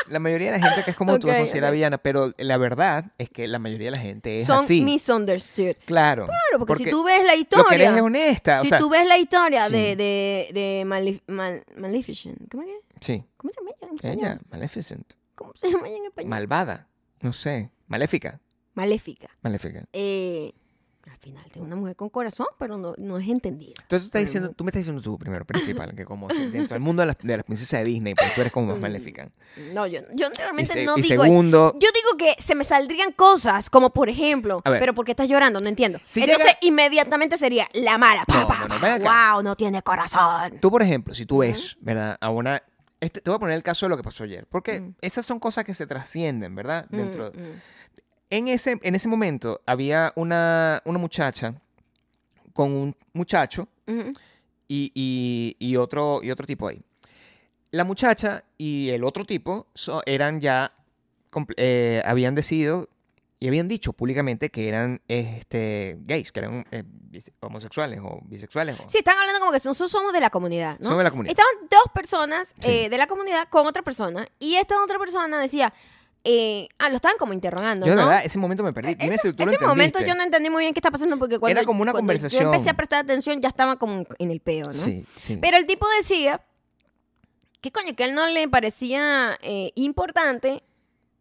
La mayoría de la gente que es como tú es
Ok,
considerada
ok.
villana, pero la verdad es que la mayoría de la gente es
Son
así.
misunderstood.
Claro.
Claro, porque, si tú ves la
lo que eres
historia...
es honesta,
si
o sea,
tú ves la historia
sí.
de, de, de Malif- Mal- Maleficent, ¿cómo que?
sí,
¿Cómo se llama ella? en español?
ella, Maleficent,
¿Cómo se llama ella en español?
malvada, no sé, maléfica,
Maléfica.
maléfica.
Eh, al final tengo una mujer con corazón, pero no, no es entendida.
Entonces tú estás
Mm.
diciendo, tú me estás diciendo tú primero, principal, que como se- dentro del mundo de las, de las princesas de Disney, pues tú eres como más
Mm.
maléfica.
No, yo, yo
Y,
realmente
se-
no
y
digo eso.
segundo,
Yo digo que se me saldrían cosas, como por ejemplo,
A ver.
pero ¿por qué estás llorando? No entiendo.
Si
Entonces,
llega-
inmediatamente sería la mala. Pa,
No,
pa,
no, no,
pa.
ven acá.
wow, no tiene corazón.
Tú, por ejemplo, si tú ves, ¿verdad? A una... este- te voy a poner el caso de lo que pasó ayer, porque esas son cosas que se trascienden, ¿verdad? Dentro...
Mm, mm.
En, ese, en ese momento había una, una muchacha con un muchacho
Ujú.
y, y- y otro, y otro tipo ahí. La muchacha y el otro tipo so- eran ya, comple- eh, habían decidido y habían dicho públicamente que eran este, gays, que eran eh, bise- homosexuales o bisexuales. o-
Sí, están hablando como que nosotros somos de la comunidad, ¿no?
Somos de la comunidad.
Estaban dos personas
Sí.
eh, de la comunidad con otra persona y esta otra persona decía, eh, ah, lo estaban como interrogando,
Yo de
¿no?
verdad, ese momento me perdí. Dime si
Ese,
tú lo
ese momento
entendiste.
yo no entendí muy bien qué está pasando porque cuando,
Era como una
cuando
conversación.
yo empecé a prestar atención ya estaba como en el peo, ¿no?
Sí, sí.
Pero el tipo decía que coño, que a él no le parecía eh, importante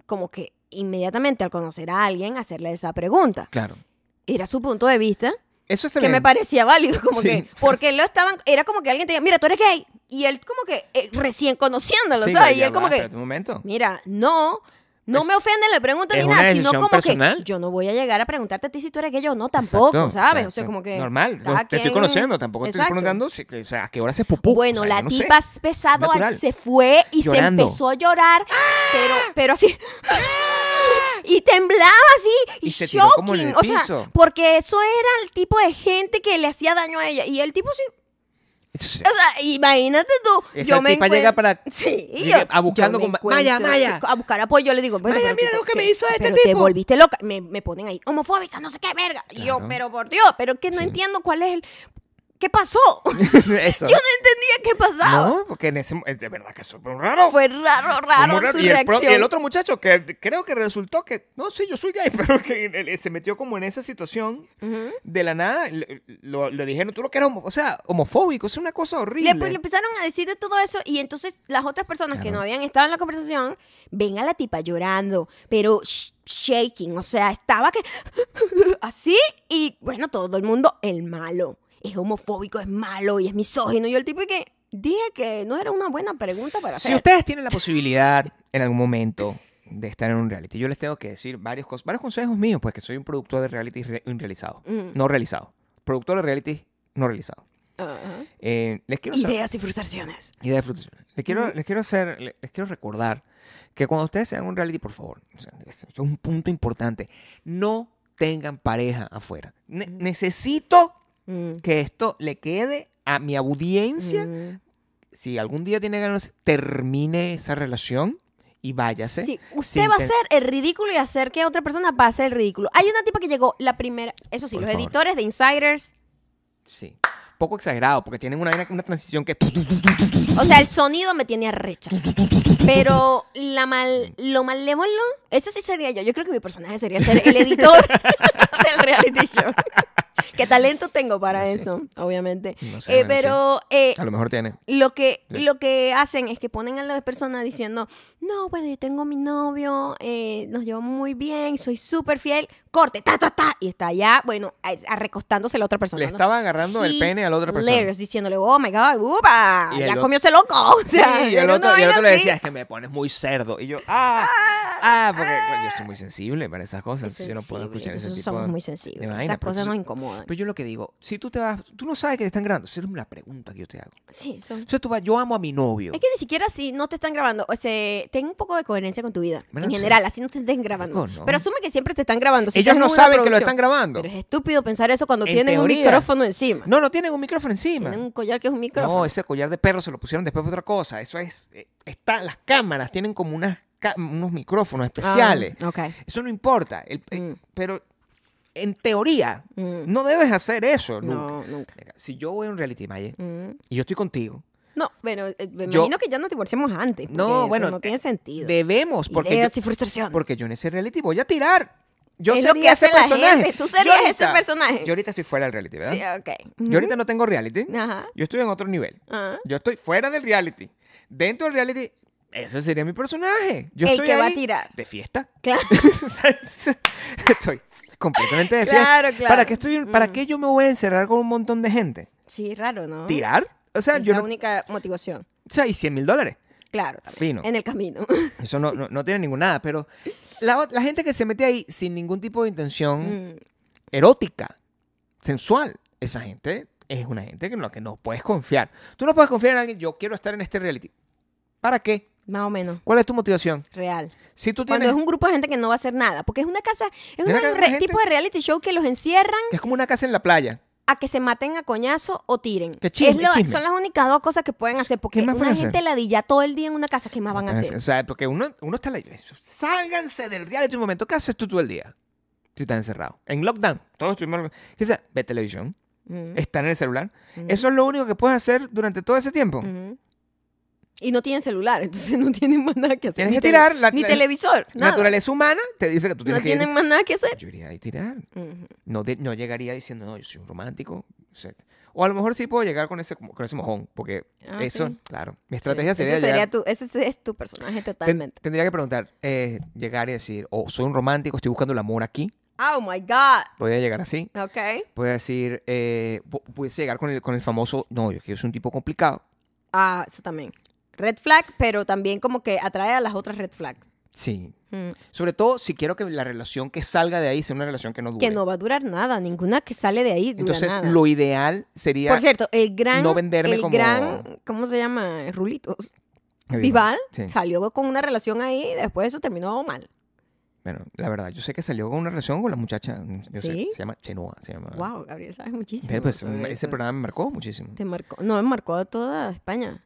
como que inmediatamente al conocer a alguien hacerle esa pregunta.
claro.
Era su punto de vista
Eso está
que
bien.
me parecía válido, como
Sí.
que, porque lo estaban, era como que alguien te diga, mira, tú eres gay, y él como que eh, recién conociéndolo,
Sí,
¿sabes?
ya
Y él
va,
como que,
espérate un momento.
mira, no, no
Es-
me ofende la pregunta
es
ni
una
nada, sino
decisión
como
personal.
que yo no voy a llegar a preguntarte a ti si tú eres gay o no, tampoco,
Exacto,
¿sabes?
exacto.
O sea, como que...
Normal.
cada
te estoy
quien-
conociendo. Tampoco te
Exacto.
estoy preguntando si- o sea, a qué hora se pupú.
Bueno,
o sea,
la
yo no sé.
tipa pesado
Natural.
se fue y
Llorando. ¡Ah!
se empezó a llorar, pero, pero así. Y temblaba así. Y,
Y se tiró como en el
shocking, o sea,
piso.
porque eso era el tipo de gente que le hacía daño a ella. Y el tipo sí.
Entonces,
O sea, imagínate tú.
Esa
yo me
tipa
encuent-
llega para-
Sí.
llega
yo-
a buscando
yo me
con- Maya,
encuentro-
Maya.
A buscar apoyo. Yo le digo, bueno,
Maya,
pero
mira
tú-
lo que me
te-
hizo este
pero Te
tipo.
volviste loca. Me, me ponen ahí, homofóbica, no sé qué verga. Y
Claro.
Yo, pero por Dios, pero que no
Sí.
entiendo cuál es el. ¿Qué pasó? yo no
eso.
entendía qué pasaba.
No, porque en ese mo- de verdad que eso fue un raro.
Fue raro,
Fue
raro
muy raro.
su
y, el pro-
reacción.
y el otro muchacho que creo que resultó que, no sé, yo soy gay, pero que él- él se metió como en esa situación
Ujú.
de la nada. Le, lo, le dijeron, tú lo que eras, homo- o sea, homofóbico, es una cosa horrible.
Le, pues, le empezaron a decir de todo eso y entonces las otras personas que
Claro.
no habían estado en la conversación ven a la tipa llorando, pero sh- shaking, o sea, estaba que así y bueno, todo el mundo, el malo, es homofóbico, es malo y es misógino y el tipo que dije que no era una buena pregunta para
Si
hacer.
ustedes tienen la posibilidad en algún momento de estar en un reality, yo les tengo que decir varios, cos- varios consejos míos, pues que soy un productor de reality re- realizado,
Mm.
no realizado. Productor de reality no realizado.
Ajá.
Eh, les quiero hacer-
Ideas y frustraciones.
idea de frustración. Les quiero, les quiero hacer, le- les quiero recordar que cuando ustedes sean un reality, por favor, o sea, es, es un punto importante, no tengan pareja afuera. Ne- Necesito
Mm.
que esto le quede a mi audiencia.
Mm.
Si algún día tiene ganas, termine esa relación y váyase.
Sí, usted
sin
va a
ten-
hacer el ridículo y hacer que otra persona pase el ridículo. Hay una tipa que llegó la primera, eso sí,
Por
los
favor.
editores de Insiders,
Sí. Poco exagerado, porque tienen una, una transición que.
o sea, el sonido me tiene arrecha. Pero la mal, lo malévolo, eso sí sería yo. Yo creo que mi personaje sería ser el editor del reality show. Qué talento tengo para
No sé.
eso, obviamente.
No sé,
Eh,
no sé.
pero eh,
A lo mejor tiene.
lo que,
Sí.
lo que hacen es que ponen a las personas diciendo, no, bueno, yo tengo mi novio, eh, nos llevamos muy bien, soy súper fiel, corte, ta, ta, ta, y está allá, bueno, a- a- recostándose la otra persona.
Le
¿no?
estaba agarrando el pene a la otra persona.
Hilarious, diciéndole, oh my god, upa,
Y el
ya
otro-
comió ese loco. O sea,
Sí, y el
era
otro,
una
y el
vaina
otro le
así.
decía, es que me pones muy cerdo. Y yo, ah, ah, porque bueno, yo soy muy sensible para esas cosas.
Es
entonces yo no puedo
sensible,
escuchar ese
nosotros
tipo
somos muy
de pues".
sensibles.
vaina,
Esas
pero
cosas
entonces-
nos incomodan. incómoda.
Pero yo lo que digo, si tú te vas, tú no sabes que te están grabando, esa es una pregunta que yo te hago.
Sí, son...
Entonces tú vas, yo amo a mi novio.
Es que ni siquiera si no te están grabando, o sea, ten un poco de coherencia con tu vida.
Bueno,
en
sí.
general, así no te estén grabando.
Chico, no.
Pero asume que siempre te están grabando. pues, si
Ellos
estás en
no
una
saben que lo
producción.
están grabando.
Pero es estúpido pensar eso cuando
En
tienen un
teoría.
micrófono encima.
No, no tienen un micrófono encima.
Tienen un collar que es un micrófono. Ah,
No, ese collar de perro se lo pusieron después de otra cosa. Eso es. eh, Está, las cámaras tienen como unas, ca- unos micrófonos especiales.
Ah, ok.
Eso no importa. El- eh,
Mm.
Pero en teoría,
Mm.
no debes hacer eso nunca.
No, nunca.
Mira, Si yo voy a un reality, Maye,
Mm.
y yo estoy contigo.
No, bueno, eh, me
Yo-
imagino que ya nos divorciamos antes. porque
No,
eso
bueno.
No
eh,
tiene sentido.
Debemos, porque.
Ideas
yo-
y frustración.
Porque yo en ese reality voy a tirar. Yo
Es lo
sería
que hace
ese
la
personaje.
gente, tú
Yo
serías ese personaje.
Yo ahorita estoy fuera del reality, ¿verdad?
Sí, ah. ok.
Yo ahorita no tengo reality.
Ajá.
Yo estoy en otro nivel.
Ajá.
Yo estoy fuera del reality. Dentro del reality, ese sería mi personaje. Yo
El
estoy
que va a
ahí
tirar.
De fiesta.
Claro.
O sea, estoy completamente de fiesta.
Claro, Mm. claro.
¿Para qué, estoy, ¿Para qué yo me voy a encerrar con un montón de gente?
Sí, raro, ¿no?
¿Tirar? O sea,
Oh. es
yo
la
no.
única motivación.
O sea, y 100 mil dólares.
Claro, también.
Fino.
En el camino.
Eso no, no, no tiene ninguna nada, pero la, ot- la gente que se mete ahí sin ningún tipo de intención
Mm.
erótica, sensual, esa gente es una gente que- en la que no puedes confiar. Tú no puedes confiar en alguien, yo quiero estar en este reality. ¿Para qué?
Más o menos.
¿Cuál es tu motivación?
Real.
Si tú
Cuando
tienes...
es un grupo de gente que no va a hacer nada. Porque es una casa, es
Mira
un
que hay gente-
tipo de reality show que los encierran
que es como una casa en la playa.
a que se maten a coñazo o tiren.
Que
Es
chisme,
lo-
chisme.
Son las únicas dos cosas que pueden hacer. Porque
¿Qué más
una
pueden hacer?
gente ladilla todo el día en una casa, ¿qué más van a hacer?
O sea, porque uno, uno está... en la- Sálganse del reality un momento. ¿Qué haces tú todo el día? Si estás encerrado. En lockdown. Todos estuvimos... ¿Qué sea? Ve televisión.
Mm,
Estar en el celular.
mm,
Eso es lo único que puedes hacer durante todo ese tiempo.
mm. Y no tienen celular, entonces no tienen más nada que hacer.
Tienes
ni
que
tele-
tirar la-
ni
la-
televisor.
La
Nada.
naturaleza humana te dice que tú
no
tienes que ir.
tienen más nada que hacer.
Yo iría ahí a tirar.
Ujú.
No, de- no llegaría diciendo, no, yo soy un romántico. O, sea, o a lo mejor sí puedo llegar con ese, con ese mojón, porque
Ah,
eso,
sí.
claro. Mi estrategia
Sí,
sería,
ese, sería
llegar-
tu, ese es tu personaje
ten-
totalmente.
tendría que preguntar, eh, llegar y decir, oh, soy un romántico, estoy buscando el amor aquí.
Oh my God.
Podría llegar así.
Ok.
Podría decir, eh, pu- pudiese llegar con el, con el famoso, no, yo, es que yo soy un tipo complicado.
Ah, eso también. Red flag, pero también como que atrae a las otras red flags.
Sí.
Mm.
Sobre todo si quiero que la relación que salga de ahí sea una relación que no dure.
Que no va a durar nada, ninguna que sale de ahí dura
Entonces,
nada.
lo ideal sería...
Por cierto, el gran,
no venderme
el
como-
gran, ¿cómo se llama? Rulitos.
Eh,
Vival
Sí.
salió con una relación ahí y después eso terminó mal.
Bueno, la verdad, yo sé que salió con una relación con la muchacha, mm, yo sé,
¿Sí?
se llama Chenoa, se llama.
Wow, Gabriel, sabes muchísimo.
Ah. Pero, pues,
sobre
ese
eso.
programa me marcó muchísimo.
Te marcó, no, me marcó a toda España.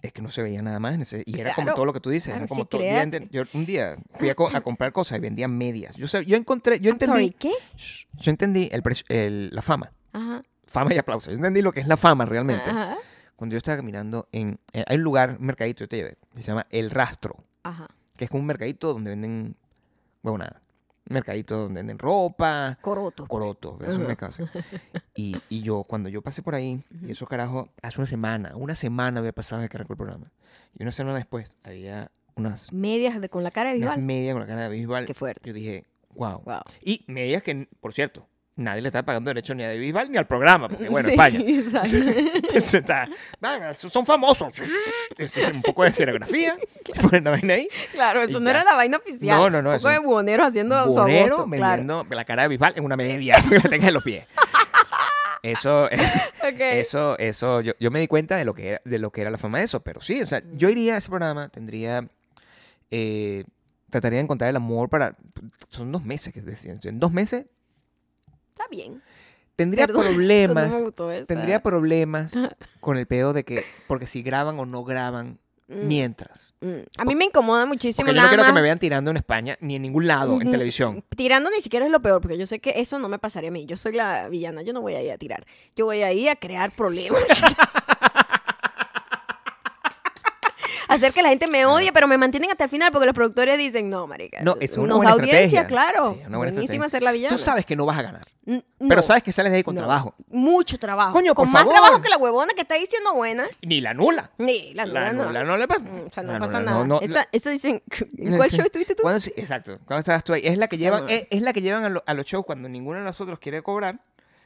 Es que no se veía nada más. en ese- y era como
Claro,
todo lo que tú dices.
claro,
era como
sí,
todo- yo,
créate.
enten- yo un día fui a, co- a comprar cosas y vendía medias. Yo, sab- yo encontré, yo
I'm sorry,
entendí,
¿qué?
Shh, yo entendí el precio- el- la fama.
Ajá.
Fama y aplauso. Yo entendí lo que es la fama realmente.
Ajá.
Cuando yo estaba caminando en, eh, hay un lugar, un mercadito, yo te llevé, que se llama El Rastro,
Ajá.
que es como un mercadito donde venden, bueno, nada, un mercadito donde venden ropa,
Coroto.
Coroto, eso
Ajá.
me casa. Y, y yo, cuando yo pasé por ahí, y esos carajos, hace una semana, una semana había pasado de que arrancó el programa. Y una semana después había unas,
Medias de, con la cara de
unas
Vival.
medias con la cara de Bisbal.
Qué fuerte.
Yo dije, wow.
Wow.
Y medias que, por cierto, nadie le estaba pagando derecho ni a Bisbal ni al programa, porque Eh, bueno,
Sí,
España.
exacto.
Eso está- nada, son famosos. Es un poco de escenografía. Ponen la vaina ahí.
Claro,
Y
eso no
ya.
era la vaina oficial.
No, no, no,
Un
eso-
poco de buhonero haciendo su
Bonero
agosto, claro.
vendiendo la cara de Bisbal en una media que la tenga en los pies. Eso,
Ok.
eso, eso, yo, yo me di cuenta de lo que era, de lo que era la fama de eso, pero sí, o sea, yo iría a ese programa, tendría, eh, trataría de encontrar el amor para, son dos meses que decían, en dos meses
Está bien.
tendría
Perdón, eso no
problemas,
me gustó esa.
tendría problemas con el pedo de que, porque si graban o no graban
Mm,
mientras,
mm. A mí me incomoda muchísimo
porque yo no
nada
quiero que
más.
me vean tirando en España ni en ningún lado en
Mm,
televisión.
Tirando ni siquiera es lo peor, porque yo sé que eso no me pasaría a mí. Yo soy la villana, yo no voy ahí a tirar. Yo voy ahí a crear problemas. Hacer que la gente me odie, pero me mantienen hasta el final porque los productores dicen, no, marica.
No, es una
nos
buena
da audiencia,
estrategia.
claro.
Sí, una buena
Buenísima
estrategia.
ser la villana.
Tú sabes que no vas a ganar,
N-
pero
no,
sabes que sales de ahí con
no.
trabajo.
Mucho trabajo.
Coño,
Con
por
más
favor.
trabajo que la huevona que está diciendo buena.
Ni la nula.
Ni la
La
nula no.
nula no le pasa.
Mm, O sea, no
La
pasa
nula
nada.
no- no-
esa, esa dicen, ¿en
No,
cuál
sí.
show estuviste tú?
Cuando sí- exacto. Cuando estabas tú ahí. Es la que
Esa
llevan,
mamá.
es, es la que llevan a, lo- a los shows cuando ninguno de nosotros quiere cobrar.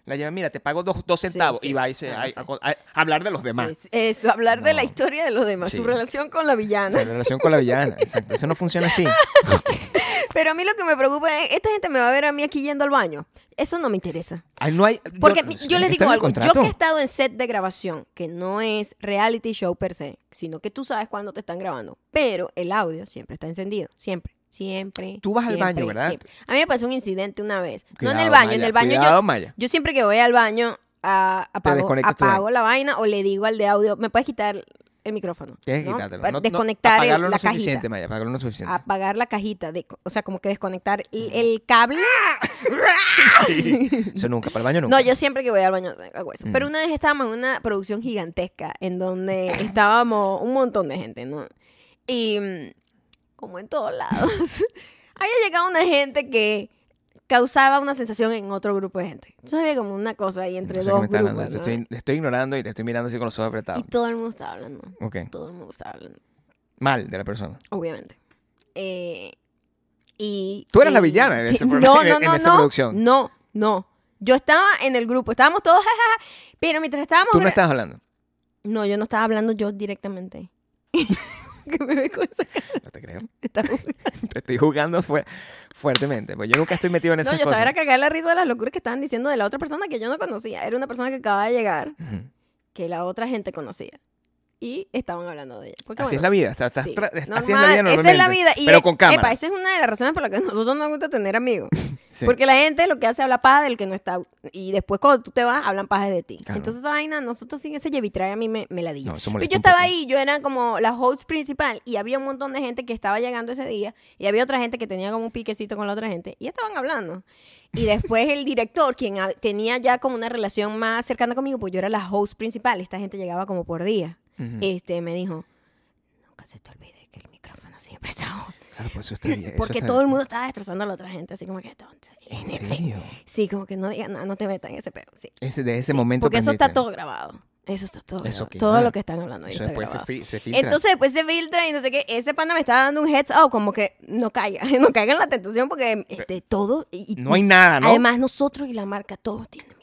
La llevan, mira, te pago dos, dos centavos.
sí,
y va
sí,
y se,
claro,
a,
sí.
a- a- a hablar de los demás.
Sí, sí. Eso, hablar de la
No.
historia de los demás, su
Sí.
relación con la
O
villana.
sea, la relación con la villana. Exacto. Eso no funciona así.
Pero a mí lo que me preocupa es, esta gente me va a ver a mí aquí yendo al baño. Eso no me interesa.
Ah, no hay,
Porque mi- yo, les digo
está en el
algo, yo
contrato.
que he estado en set de grabación, que no es reality show per se, sino que tú sabes cuándo te están grabando, pero el audio siempre está encendido, siempre, siempre.
Tú vas al
siempre,
baño, ¿verdad?
siempre. A mí me pasó un incidente una vez, no en el
Cuidado,
baño, en
Maya,
el baño
cuidado,
yo,
Maya.
yo siempre que voy al baño a- apago,
desconectas tú
apago la vaina o le digo al de audio, me puedes quitar el micrófono,
Tienes que
¿no?
quitártelo.
Pa-
No- no-
desconectar el-
apagarlo no
la
es suficiente,
cajita. Ah.
Maya, apagarlo no es suficiente.
Apagar la cajita, de- o sea, como que desconectar el, el cable.
Eso nunca, para el baño nunca.
No, yo siempre que voy al baño hago eso. Pero
Mm.
una vez estábamos en una producción gigantesca en donde estábamos un montón de gente, ¿no? Y mm, como en todos lados, había llegado una gente que causaba una sensación en otro grupo de gente. Entonces había como una cosa ahí entre
No sé qué
dos
me está hablando,
grupos,
te
¿no?
estoy, te estoy ignorando y te estoy mirando así con los ojos apretados.
Y todo el mundo estaba hablando.
Ok.
Todo el mundo estaba hablando,
Mal de la persona.
obviamente. Eh, y
Tú eras la
y-
villana en
sí,
ese pro-
no,
en-
no,
en
no,
esa
no,
producción.
No, no. Yo estaba en el grupo, estábamos todos, jajaja, pero mientras estábamos
Tú no
gra-
estabas hablando.
No, yo no estaba hablando yo directamente. que me ve con esa cara.
No te creo.
Está-
Te estoy jugando fue- fuertemente. Pues yo nunca estoy metido en
No, yo
esas
estaba
cosas.
era cagada la risa de las locuras que estaban diciendo de la otra persona que yo no conocía. Era una persona que acababa de llegar,
Ujú.
que la otra gente conocía. Y estaban hablando de ella. Porque,
Así es
bueno,
la vida. estás- estás
sí,
tra- es-
normal,
Así es la vida
Esa es la
normalmente,
vida. Y
pero
eh,
con cámara.
epa, esa es una de las razones por las que a nosotros nos gusta tener amigos.
Sí.
Porque la gente lo que hace habla paja del que no está. Y después cuando tú te vas, hablan paja de ti.
Claro.
Entonces esa vaina, nosotros sin ese llevitrae a mí me, me la di.
No, eso
Pero Pues
molesta
yo
un
estaba
poco.
ahí, yo era como la host principal y había un montón de gente que estaba llegando ese día y había otra gente que tenía como un piquecito con la otra gente y estaban hablando. Y después el director, quien a- tenía ya como una relación más cercana conmigo, pues yo era la host principal, esta gente llegaba como por día.
Ujú.
Este me dijo, nunca se te olvide que el micrófono siempre está on".
Claro, Ah, por eso está bien, eso
Porque
está
todo el
bien.
mundo estaba destrozando a la otra gente, así como que "Don't say
¿En
anything".
serio?
Sí, como que no digas nada, no te metas en ese pedo, sí.
Ese, de ese
Sí,
momento
Porque eso está
aprendiste.
todo grabado. Eso está todo.
Eso
grabado.
queda.
Todo lo que están hablando ahí
pues. Eso
está
después se,
grabado.
fi- se filtra.
Entonces después se filtra y no sé qué. Ese pana me está dando un heads up, como que no caiga, no caiga en la tentación porque este, todo. Y, y-
no hay nada, ¿no?
Además, nosotros y la marca, todos tienen micrófono.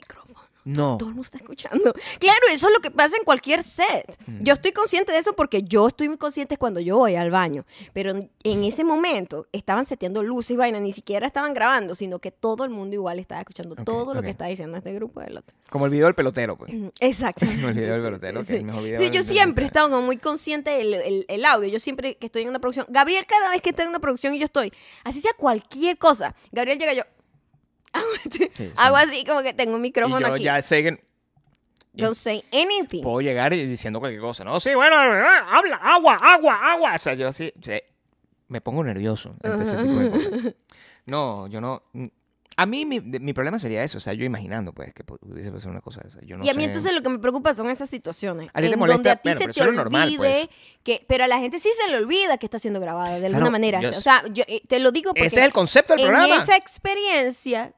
no.
Todo el mundo está escuchando. Claro, eso es lo que pasa en cualquier set.
Mm.
Yo estoy consciente de eso porque yo estoy muy consciente cuando yo voy al baño. Pero en- en ese momento estaban seteando luces y vaina, ni siquiera estaban grabando, sino que todo el mundo igual estaba escuchando
Ok,
todo lo
ok.
que está diciendo este grupo del otro.
Como el video del pelotero, pues.
Exacto.
Como el video del pelotero, que es el mejor video
Sí,
del-
yo
del-
siempre he estado como muy consciente del el- el audio. Yo siempre que estoy en una producción. Gabriel, cada vez que está en una producción y yo estoy, así sea cualquier cosa. Gabriel llega yo.
sí.
Hago así como que tengo un micrófono
Y yo
aquí.
ya sé que
Don't say anything.
puedo llegar y diciendo cualquier cosa. No, sí, bueno, eh, habla, agua, agua, agua. O sea, yo así sí, me pongo nervioso ante ese tipo de cosas. No, yo no. A mí mi, mi problema sería eso. O sea, yo imaginando, pues, que pudiese pasar una cosa de esa. Yo no
y a mí
sé.
entonces lo que me preocupa son esas situaciones.
A ti te
en
molesta,
donde a ti
bueno,
se
pero
te
eso
olvide
es normal, pues.
que... Pero a la gente sí se le olvida que está siendo grabada de alguna
Claro,
manera.
yo
o sea, yo, eh, te lo digo porque...
Ese es el concepto del
en
programa.
esa experiencia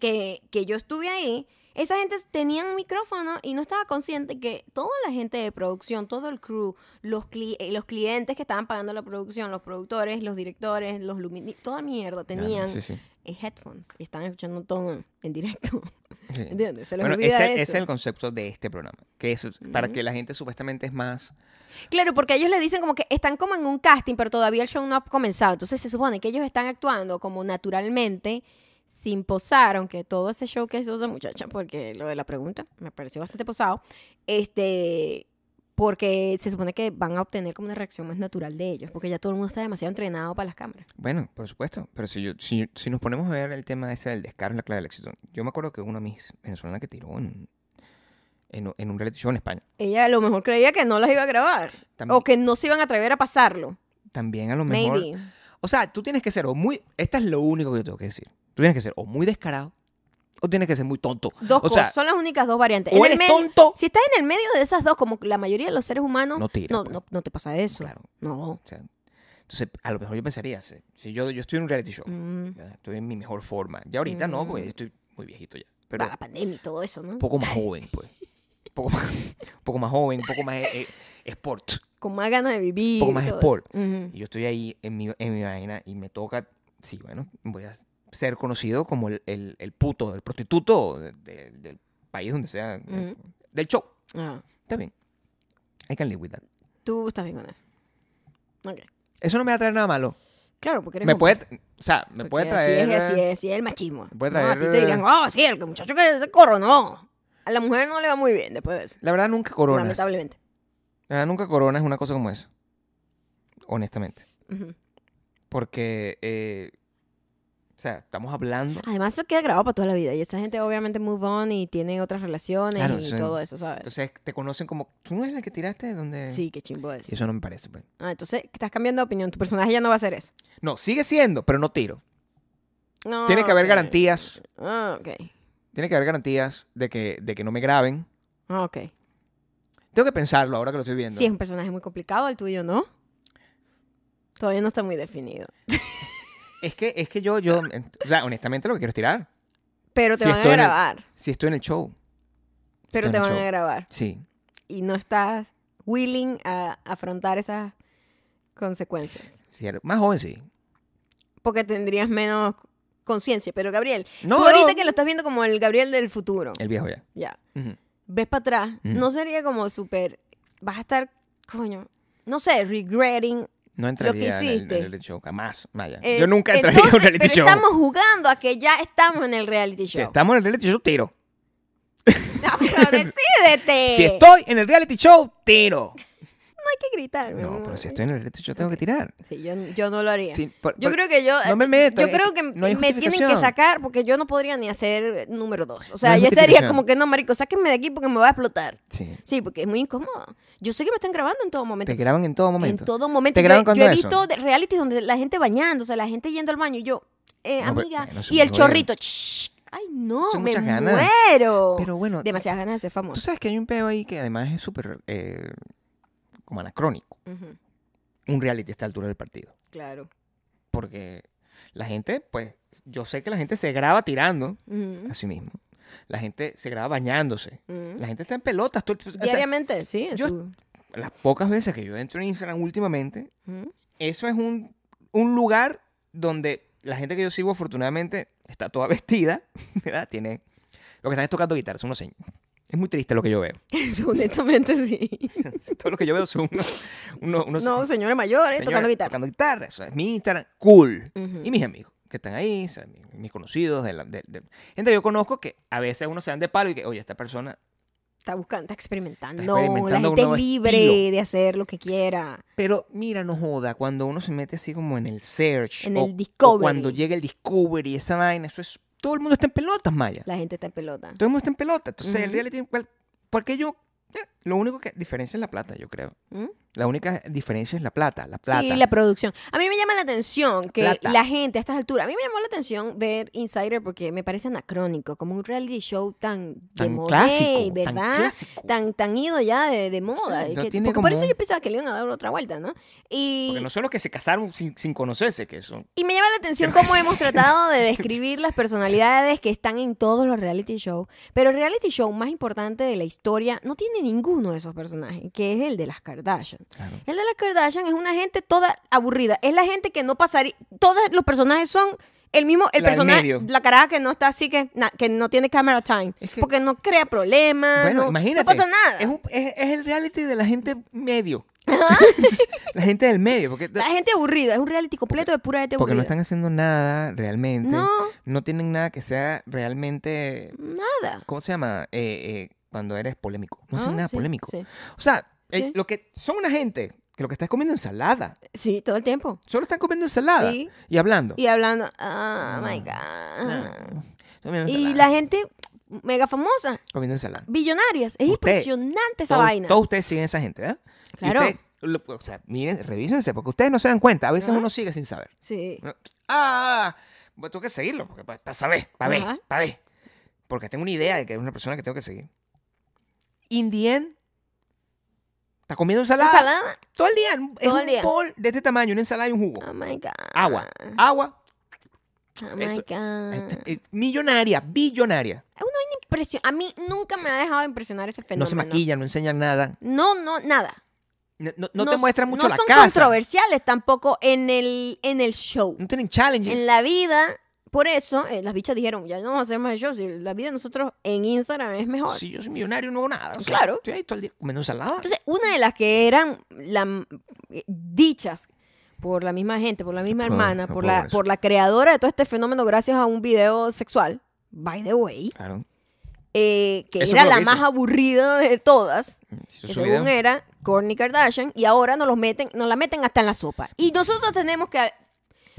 que, que yo estuve ahí, esa gente tenía un micrófono y no estaba consciente que toda la gente de producción, todo el crew, los, cli- eh, los clientes que estaban pagando la producción, los productores, los directores, los lumini, toda mierda,
Claro,
tenían
sí, sí.
eh, headphones y estaban escuchando todo en directo.
Sí.
¿Entiendes? Se les
Bueno,
olvida
ese,
eso.
ese es el concepto de este programa. Que eso es para que la gente supuestamente es más.
Claro, porque ellos le dicen como que están como en un casting, pero todavía el show no ha comenzado. Entonces se supone que ellos están actuando como naturalmente, sin posar, aunque todo ese show que hizo esa muchacha, porque lo de la pregunta me pareció bastante posado, este, porque se supone que van a obtener como una reacción más natural de ellos, porque ya todo el mundo está demasiado entrenado para las cámaras.
Bueno, por supuesto. Pero si, yo, si, si nos ponemos a ver el tema ese del descaro es la clave del éxito. Yo me acuerdo que una Miss venezolana que tiró en, en, en un reality show en España.
Ella a lo mejor creía que no las iba a grabar,
También-
o que no se iban a atrever a pasarlo,
También a lo mejor.
maybe.
O sea, tú tienes que ser o muy. Esta es lo único que yo tengo que decir. Tú tienes que ser o muy descarado o tienes que ser muy tonto.
Dos
o
cosas,
sea,
son las únicas dos variantes.
o
En el
eres
medio-
tonto.
Si estás en el medio de esas dos, como la mayoría de los seres humanos,
No tira,
no,
pues.
no- no te pasa eso.
Claro.
No.
o sea, entonces, a lo mejor yo pensaría, si, si yo, yo estoy en un reality show,
Mm.
ya, estoy en mi mejor forma. Ya ahorita no, pues estoy muy viejito ya. Pero
Va, la pandemia y todo eso, ¿no?
un poco más joven, pues. Un poco más, un poco más joven, un poco más eh, eh, sport.
Con más ganas de vivir.
poco más
y todo
sport.
eso. Ujú.
Y yo estoy ahí en mi, en mi vaina y me toca, sí, bueno, voy a ser conocido como el, el- el puto, el prostituto de- de- del país donde sea, eh, del show.
Ah,
Está bien. I can live with that.
Tú estás bien con eso. Ok.
Eso no me va a traer nada malo.
Claro, porque eres
Me
hombre.
puede, o sea, me
Porque
puede
Así es,
traer...
así es, así es el machismo.
me puede
No, a ti te
traer-
dirán, oh, sí, el muchacho que se coronó. A la mujer no le va muy bien después de eso.
La verdad, nunca coronas. La
Lamentablemente.
verdad, nunca coronas una cosa como esa. Honestamente.
Ujú.
Porque, eh, o sea, estamos hablando.
Además, eso queda grabado para toda la vida. Y esa gente obviamente move on y tienen otras relaciones
Claro,
y
sí.
todo eso, ¿sabes?
Entonces eh, te conocen como. ¿Tú no eres la que tiraste? Donde...
sí, qué chimbo eso.
Y eso no me parece. pues.
Ah, entonces estás cambiando de opinión. Tu personaje ya no va a hacer eso.
No, sigue siendo, pero no tiro.
No,
Tiene que haber
Ah, ok.
garantías.
Ah, ok.
Tiene que haber garantías de que, de que no me graben.
Ah, ok.
Tengo que pensarlo ahora que lo estoy viendo.
Sí, es un personaje muy complicado el tuyo, ¿no? Todavía no está muy definido.
Es que, es que yo, yo, en- o sea, honestamente lo que quiero es tirar.
Pero te
Sí,
van a
estoy en el-
grabar.
Si estoy en el show.
Pero
en
te
el
van a
show.
grabar.
Sí.
Y no estás willing a afrontar esas consecuencias.
Si eres más joven, sí.
Porque tendrías menos conciencia. Pero Gabriel,
No,
tú ahorita
no.
que lo estás viendo como el Gabriel del futuro,
El viejo ya.
ya,
Ujú.
ves para atrás,
Ujú.
no sería como súper, vas a estar, coño, no sé, regretting
No entraría en el- en
hiciste.
el reality show, jamás. Vaya.
Eh,
yo nunca entraría en un
entonces,
reality
pero
show.
estamos jugando a que ya estamos en el reality
Si
show.
estamos en el reality show, tiro.
No, pero decídete.
Si estoy en el reality show, tiro.
No hay que gritar. mi
No,
amor.
pero si estoy en el reality show, tengo que tirar.
Sí, yo, yo no lo haría.
Sí, por-
yo
por-
creo que yo... eh,
no me meto,
Yo
es
creo
que
que
no hay
me tienen que
justificación.
sacar porque yo no podría ni hacer número dos. O sea,
hay
yo estaría
justificación.
como que no, marico, sáquenme de aquí porque me va a explotar.
Sí.
Sí, porque es muy incómodo. Yo sé que me están grabando en todo momento.
Te graban en todo momento.
En todo momento.
Te
Yo-
graban
yo,
cuando
he
eso.
visto de- realities donde la gente bañándose, la gente yendo al baño y yo, eh,
No, pero-
amiga,
bueno, eso
y
me
el
jode.
chorrito. shh, Ay, no,
Son
me
muchas ganas.
muero.
Pero bueno,
Demasiadas ganas de ser famoso.
Tú sabes que hay un peo ahí que además es súper eh, como anacrónico.
Ujú,
Un reality a esta altura del partido.
Claro.
Porque la gente, pues, yo sé que la gente se graba tirando
Ujú,
a sí mismo. La gente se graba bañándose.
ujú.
La gente está en pelotas. todo el- o sea,
Diariamente, sí. en
yo-
su-
las pocas veces que yo entro en Instagram últimamente,
ujú.
eso es un, un lugar donde la gente que yo sigo afortunadamente está toda vestida, ¿verdad? Tiene... Lo que están es tocando guitarra, son unos señores. Es muy triste lo que yo veo.
Honestamente, sí.
Todo lo que yo veo son unos... unos, unos-
No, señores mayores, tocando
Señores,
guitarra.
Tocando guitarra. Eso es mi Instagram. Cool.
Ujú.
Y mis amigos que están ahí, o sea, mi- mis conocidos, de la- de- de- gente que yo conozco que a veces uno se dan de palo y que, oye, esta persona.
Está buscando, está experimentando.
Está experimentando
la
un
gente es
nuevo
libre
estilo.
de hacer lo que quiera.
Pero mira, no joda, cuando uno se mete así como en el search.
En
o-
el
o
discovery.
cuando llega el discovery, esa vaina, eso es. Todo el mundo está en pelotas, Maya.
La gente está en pelota.
Todo el mundo está en pelota. Entonces, el
Ujú.
reality. well, porque yo. eh, Lo único que diferencia es la plata, yo creo.
¿Mm?
La única diferencia es la plata. La plata.
Sí, la producción. A mí me llama la atención que
Plata.
la gente a estas alturas. A mí me llamó la atención ver Insider porque me parece anacrónico, como un reality show tan, de
tan
moda,
clásico.
¿verdad?
Tan clásico.
Tan, tan ido ya de, de moda.
Sí,
y
no
que-
tiene
porque por
como-
eso yo pensaba que le iban a dar otra vuelta, ¿no? Y,
Porque no son los que se casaron sin, sin conocerse, que son.
Y me llama la atención
Pero
cómo
sí,
hemos
sí,
tratado de describir las personalidades que están en todos los reality shows. Pero el reality show más importante de la historia no tiene ninguno de esos personajes, que es el de las Kardashian.
Claro.
El de las Kardashian es una gente toda aburrida. Es la gente que no pasaría. Todos los personajes son el mismo, el
La del
personaje,
medio.
la caraja que no está así, que, na- que no tiene camera time.
Es que-
porque no crea problemas.
Bueno,
no,
imagínate.
No pasa nada.
Es, un- es- es el reality de la gente medio. la gente del medio. Porque,
La gente aburrida. Es un reality completo de pura gente
porque no
aburrida.
están haciendo nada realmente.
No,
No tienen nada que sea realmente.
nada.
¿Cómo se llama? Eh, eh, cuando eres polémico. No hacen
Ah,
nada
sí,
polémico.
Sí.
O sea, eh,
Sí.
lo que son una gente que lo que está es comiendo ensalada.
Sí, todo el tiempo.
Solo están comiendo ensalada
Sí.
y hablando.
Y hablando, ah,
No,
my
Ah,
God.
comiendo
Y
ensalada,
la gente mega famosa,
comiendo ensalada.
billonarias. Es
Usted,
impresionante esa
Todos-
vaina.
Todos ustedes siguen esa gente, ¿eh? ¿verdad? Y
Claro.
ustedes, lo- o sea, miren, revísense, porque ustedes no se dan cuenta. A veces
Ajá.
uno sigue sin saber.
Sí.
Uno, Ah, pues tengo que seguirlo, porque para saber, para ver,
Ajá.
para ver. Porque tengo una idea de que es una persona que tengo que seguir. Indien está comiendo ensalada,
Ensalada,
todo el día. es
Todo
un
el día.
bol de este tamaño, una ensalada y un jugo.
oh my God.
Agua,
Ah.
agua.
Oh my
Ah, Esto-
God.
Eh, Millonaria, billonaria.
Impresio- A mí nunca me ha dejado de impresionar ese fenómeno.
No se maquillan, no enseñan nada.
No, no, nada.
No, no- no te muestran mucho
no
la
son
casa.
controversiales tampoco en el, en el show.
No tienen challenge.
En la vida, por eso, eh, las bichas dijeron, ya no vamos a hacer más el show. Si la vida de nosotros en Instagram es mejor.
Si yo soy millonario, no hago nada. O sea,
Claro.
Estoy ahí todo el día comiendo ensalada.
Entonces, una de las que eran las eh, dichas por la misma gente, por la misma
puedo-
hermana,
Ah, no
por,
puedo
la,
ver eso.
por la creadora de todo este fenómeno gracias a un video sexual, by the way,
Claro.
eh, que
Eso
era
fue lo
la
que
más
hizo.
aburrida de todas,
Hizo
que
su
según
video.
era Kourtney Kardashian, y ahora nos, los meten, nos la meten hasta en la sopa. Y nosotros tenemos que...